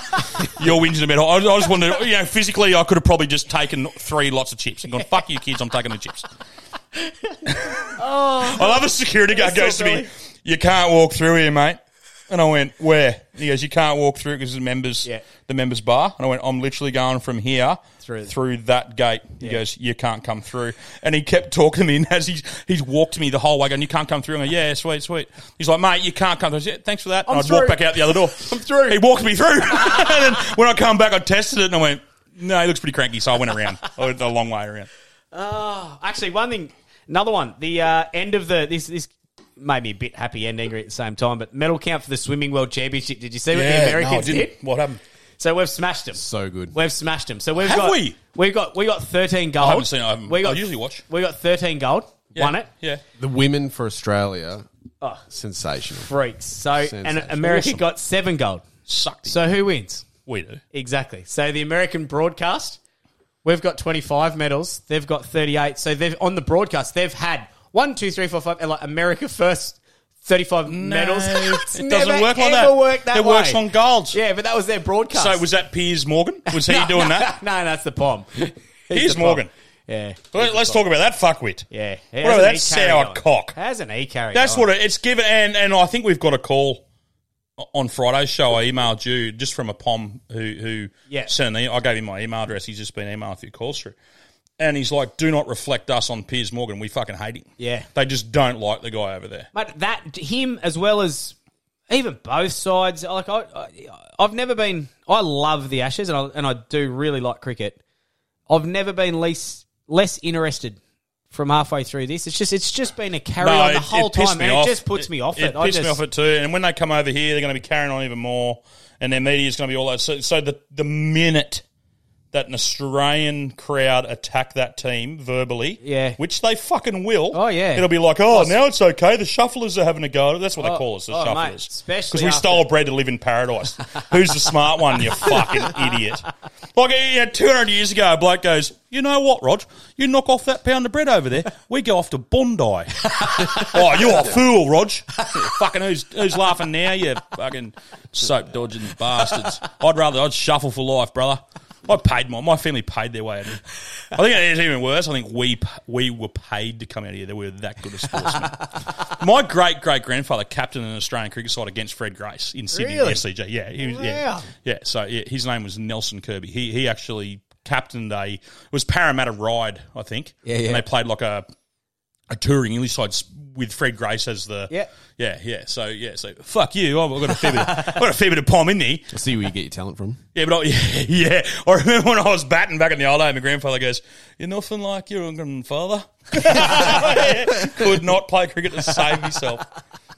Speaker 7: You're whinging about I, I just wanted to, you know, physically, I could have probably just taken three lots of chips and gone, fuck you kids, I'm taking the chips.
Speaker 4: Oh.
Speaker 7: I love a security guard
Speaker 4: That's
Speaker 7: goes
Speaker 4: so
Speaker 7: to me, you can't walk through here, mate. And I went, where? And he goes, you can't walk through because the members, the members bar. And I went, I'm literally going from here
Speaker 4: Through.
Speaker 7: through, that gate. He goes, you can't come through. And he kept talking to me and as he's, he's walked me the whole way going, you can't come through. I'm like, yeah, sweet, sweet. He's like, mate, you can't come through. I said, yeah, thanks for that. And
Speaker 4: I'm
Speaker 7: I'd walk
Speaker 4: through.
Speaker 7: back out the other door. (laughs) I'm through. He walked me through. (laughs) and then when I come back, I tested it and I went, no, he looks pretty cranky. So I went around. (laughs) I went a long way around.
Speaker 4: Oh, actually, one thing, another one. The uh, end of the this this made me a bit happy and angry at the same time. But medal count for the swimming world championship. Did you see what
Speaker 7: Yeah, no,
Speaker 4: the
Speaker 7: I
Speaker 4: Americans
Speaker 7: didn't.
Speaker 4: did?
Speaker 7: What happened?
Speaker 4: So we've smashed them.
Speaker 5: So good.
Speaker 4: We've smashed them. So we've
Speaker 7: Have
Speaker 4: got
Speaker 7: we?
Speaker 4: have got we got thirteen gold.
Speaker 7: I haven't seen it. I haven't-
Speaker 4: We got
Speaker 7: I usually watch.
Speaker 4: We got thirteen gold.
Speaker 7: Yeah,
Speaker 4: Won it.
Speaker 7: Yeah.
Speaker 5: The women for Australia,
Speaker 4: Oh.
Speaker 5: sensational.
Speaker 4: Freaks. So and
Speaker 5: Sensational.
Speaker 4: America
Speaker 5: Awesome.
Speaker 4: got seven gold.
Speaker 7: Sucked.
Speaker 4: So who wins?
Speaker 7: We do.
Speaker 4: Exactly. So the American broadcast, we've got 25 medals. They've got 38. So they've on the broadcast, they've had one, two, three, four, five, and like America first 35 medals. (laughs) It's
Speaker 7: (laughs) it doesn't
Speaker 4: never,
Speaker 7: work like
Speaker 4: ever
Speaker 7: that.
Speaker 4: worked that
Speaker 7: it
Speaker 4: way.
Speaker 7: works on golds.
Speaker 4: Yeah, but that was their broadcast.
Speaker 7: So was that Piers Morgan? Was (laughs) he doing
Speaker 4: (laughs)
Speaker 7: that?
Speaker 4: No, that's the pom. (laughs)
Speaker 7: Piers Morgan.
Speaker 4: Yeah.
Speaker 7: Let, us talk about that fuckwit.
Speaker 4: Yeah.
Speaker 7: What about that
Speaker 4: E
Speaker 7: sour cock?
Speaker 4: How's an e carry?
Speaker 7: That's
Speaker 4: on?
Speaker 7: what it, it's given. And, and I think we've got a call on Friday's show. I emailed you just from a pom who, who
Speaker 4: Yeah.
Speaker 7: sent an email. I gave him my email address. He's just been emailing a few calls through. And he's like, do not reflect us on Piers Morgan. We fucking hate him.
Speaker 4: Yeah.
Speaker 7: They just don't like the guy over there.
Speaker 4: But that him as well as even both sides. Like I, I I've never been. I love the Ashes, and I and I do really like cricket. I've never been least less interested from halfway through this. It's just it's just been a carry on the whole
Speaker 7: pissed
Speaker 4: time,
Speaker 7: me
Speaker 4: and
Speaker 7: off.
Speaker 4: it just puts me off it.
Speaker 7: It
Speaker 4: I
Speaker 7: pissed
Speaker 4: just,
Speaker 7: me off it too. And when they come over here, they're going to be carrying on even more, and their media's going to be all over. So, so the the minute that an Australian crowd attack that team verbally, yeah, which they fucking will. Oh
Speaker 4: yeah,
Speaker 7: it'll be like, oh, now it's okay. The shufflers are having a go. at it." That's what they
Speaker 4: Oh,
Speaker 7: call us, the
Speaker 4: oh, mate,
Speaker 7: shufflers,
Speaker 4: especially
Speaker 7: because we
Speaker 4: after-
Speaker 7: stole bread to live
Speaker 4: (laughs)
Speaker 7: in paradise. Who's the smart one? You fucking idiot. Like yeah, 200 years ago, a bloke goes, you know what, Rog? You knock off that pound of bread over there, we go off to Bondi. oh, you're a fool, Rog. fucking who's who's laughing now? You fucking soap dodging bastards. I'd rather I'd shuffle for life, brother. I paid my my family paid their way. Out here. I think it's even worse. I think we p- we were paid to come out here. That we were that good
Speaker 4: (laughs)
Speaker 7: a sportsman. my great great grandfather captained an Australian cricket side against Fred Grace in Sydney
Speaker 4: Really?
Speaker 7: SCG. Yeah, he was, yeah,
Speaker 4: Wow.
Speaker 7: yeah. So yeah, his name was Nelson Kirby. He he actually captained a it was Parramatta Ride, I think.
Speaker 4: Yeah, yeah.
Speaker 7: And they played like a a touring English side s- with Fred Grace as the
Speaker 4: Yeah.
Speaker 7: yeah yeah. So yeah, so fuck you. I've got a fair bit. Of, I've got a fair bit of pom in me.
Speaker 5: I see where you get your talent from.
Speaker 7: Yeah, but I, (laughs) yeah, yeah. I remember when I was batting back in the old day, my grandfather goes, "You're nothing like your grandfather." (laughs) Could not play cricket to save myself.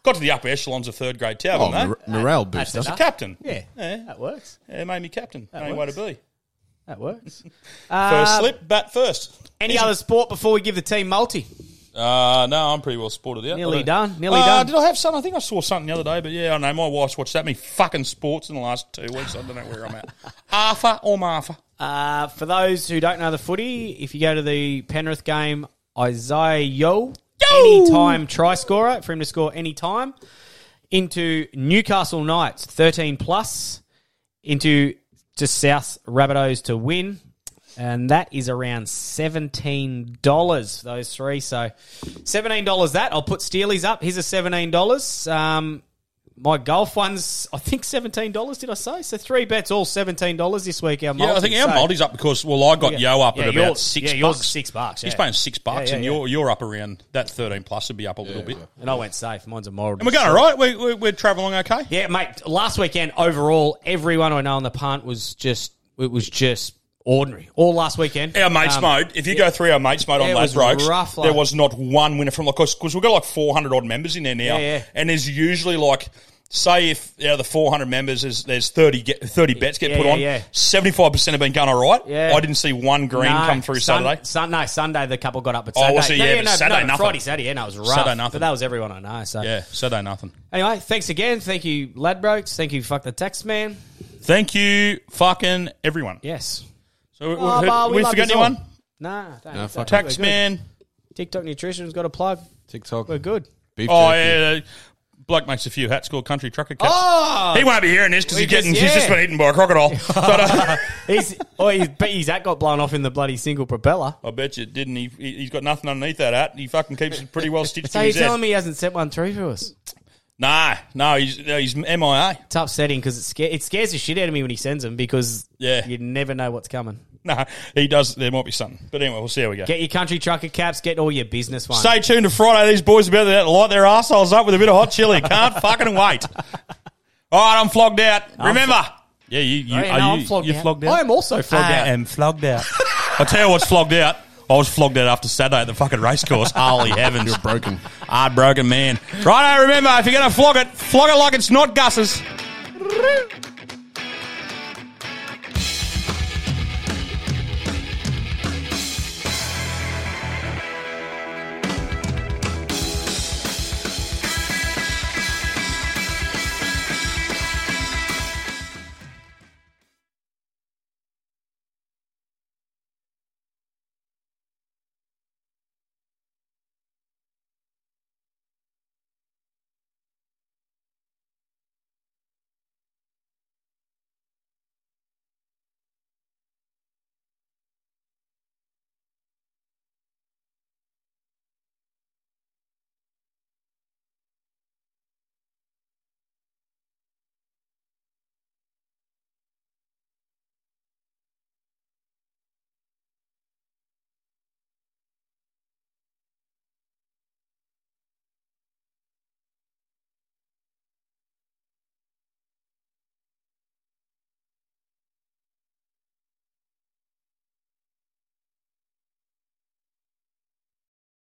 Speaker 7: Got to the upper echelons of third grade tower,
Speaker 5: Oh,
Speaker 7: though.
Speaker 5: mor- morale booster.
Speaker 7: As a captain.
Speaker 4: Yeah, that works.
Speaker 7: It made me captain.
Speaker 4: That
Speaker 7: Only way
Speaker 4: works.
Speaker 7: to be.
Speaker 4: That works.
Speaker 7: First
Speaker 4: Uh,
Speaker 7: slip, bat first.
Speaker 4: Any
Speaker 7: Easy.
Speaker 4: other sport before we give the team multi?
Speaker 7: Uh, no, I'm pretty well sported out.
Speaker 4: Nearly
Speaker 7: I don't-
Speaker 4: done, nearly
Speaker 7: Uh,
Speaker 4: done.
Speaker 7: Did I have something? I think I saw something the other day, but yeah, I don't know. My wife's watched that many fucking sports in the last two weeks. I don't know where
Speaker 4: (laughs)
Speaker 7: I'm at. Arthur or Martha?
Speaker 4: Uh, for those who don't know the footy, if you go to the Penrith game, Isaiah Yo, anytime try scorer for him to score any time, into Newcastle Knights, 13 plus, into to South Rabbitohs to win. And that is around seventeen dollars. Those three, so seventeen dollars. That I'll put Steely's up. Here's a seventeen dollars. Um, my golf ones, I think seventeen dollars. Did I say so? Three bets, all seventeen dollars this week. Our
Speaker 7: Yeah, I think our
Speaker 4: so-
Speaker 7: multi's up because well, I got
Speaker 4: Yeah.
Speaker 7: Yo up
Speaker 4: Yeah,
Speaker 7: at
Speaker 4: your-
Speaker 7: about six.
Speaker 4: yeah,
Speaker 7: bucks.
Speaker 4: yours is six bucks,
Speaker 7: He's
Speaker 4: yeah.
Speaker 7: paying six
Speaker 4: Yeah,
Speaker 7: bucks,
Speaker 4: yeah,
Speaker 7: and
Speaker 4: yeah.
Speaker 7: you're you're up around that thirteen plus would be up a little bit.
Speaker 4: And I went safe. Mine's a moral.
Speaker 7: And we're going all right. We're, we're, we're traveling okay.
Speaker 4: Yeah, mate. Last weekend, overall, everyone I know on the punt was just it was just ordinary. All last weekend,
Speaker 7: Our mates
Speaker 4: Um,
Speaker 7: mode. If you
Speaker 4: yeah.
Speaker 7: go through our mates mode
Speaker 4: Yeah, it
Speaker 7: on
Speaker 4: was
Speaker 7: those Rogues,
Speaker 4: rough, like-
Speaker 7: there was not one winner from like because we've got like four hundred odd members in there now,
Speaker 4: Yeah, yeah.
Speaker 7: and there's usually like. Say if out of the 400 members, there's, there's 30, get, 30 bets get
Speaker 4: Yeah,
Speaker 7: put
Speaker 4: yeah,
Speaker 7: on.
Speaker 4: yeah.
Speaker 7: 75% have been going all right.
Speaker 4: Yeah.
Speaker 7: I didn't see one green
Speaker 4: No,
Speaker 7: come through
Speaker 4: Sun-
Speaker 7: Saturday.
Speaker 4: Sun, no, Sunday the couple got up at
Speaker 7: Oh,
Speaker 4: Saturday.
Speaker 7: well, see,
Speaker 4: No,
Speaker 7: yeah,
Speaker 4: no,
Speaker 7: but
Speaker 4: no,
Speaker 7: Saturday
Speaker 4: no,
Speaker 7: nothing.
Speaker 4: Friday, Saturday, yeah, no, it was rough.
Speaker 7: Saturday nothing.
Speaker 4: But that was everyone I know. So
Speaker 7: Yeah, Saturday nothing.
Speaker 4: Anyway, thanks again. Thank you, Ladbrokes. Thank you, fuck the tax man.
Speaker 7: Thank you, fucking everyone.
Speaker 4: Yes.
Speaker 7: So we, we,
Speaker 4: Oh, bah,
Speaker 7: we,
Speaker 4: love
Speaker 7: forget
Speaker 4: yous all.
Speaker 7: anyone?
Speaker 4: Nah, don't,
Speaker 7: No,
Speaker 4: no,
Speaker 7: fuck Tax man.
Speaker 4: TikTok nutrition's got a plug.
Speaker 5: TikTok,
Speaker 4: we're good.
Speaker 7: oh yeah, the bloke makes a few hats called Country Trucker Cats.
Speaker 4: Oh!
Speaker 7: he won't be hearing this because
Speaker 4: We
Speaker 7: he's getting
Speaker 4: just-
Speaker 7: he's just
Speaker 4: yeah.
Speaker 7: been eaten by
Speaker 4: (laughs)
Speaker 7: a crocodile. But, uh,
Speaker 4: he's, (laughs) oh, he's, but his hat got blown off in the bloody single propeller.
Speaker 7: I bet you didn't. He he- he's got nothing underneath that hat. He fucking keeps it pretty
Speaker 4: (laughs)
Speaker 7: well stitched.
Speaker 4: So
Speaker 7: to
Speaker 4: you're
Speaker 7: his head.
Speaker 4: telling me he hasn't sent one through for us?
Speaker 7: No, no, he's no, he's MIA.
Speaker 4: It's upsetting because it, sca- it scares the shit out of me when he sends them because
Speaker 7: Yeah.
Speaker 4: you never know what's coming.
Speaker 7: No, he does. There might be something. But anyway, we'll see how we go.
Speaker 4: Get your country trucker caps. Get all your business ones.
Speaker 7: Stay tuned to Friday. These boys are about to light their arseholes up with a bit of hot chili. Can't
Speaker 4: (laughs)
Speaker 7: fucking wait. All right, I'm flogged out.
Speaker 4: I'm
Speaker 7: Remember.
Speaker 4: flo-
Speaker 7: yeah, you, you,
Speaker 4: Oh, yeah,
Speaker 7: are
Speaker 4: no,
Speaker 7: you,
Speaker 4: I'm flogged
Speaker 7: you're
Speaker 4: out.
Speaker 7: flogged out.
Speaker 4: I am also flogged
Speaker 7: I
Speaker 4: out.
Speaker 7: am flogged
Speaker 4: (laughs)
Speaker 7: out. I tell you what's flogged out. I was flogged out after Saturday at the fucking
Speaker 4: (laughs)
Speaker 7: race course. (laughs) Holy heavens. You're broken. Hard broken man. Righto, remember, if you're going to flog it, flog it like it's not Gus's.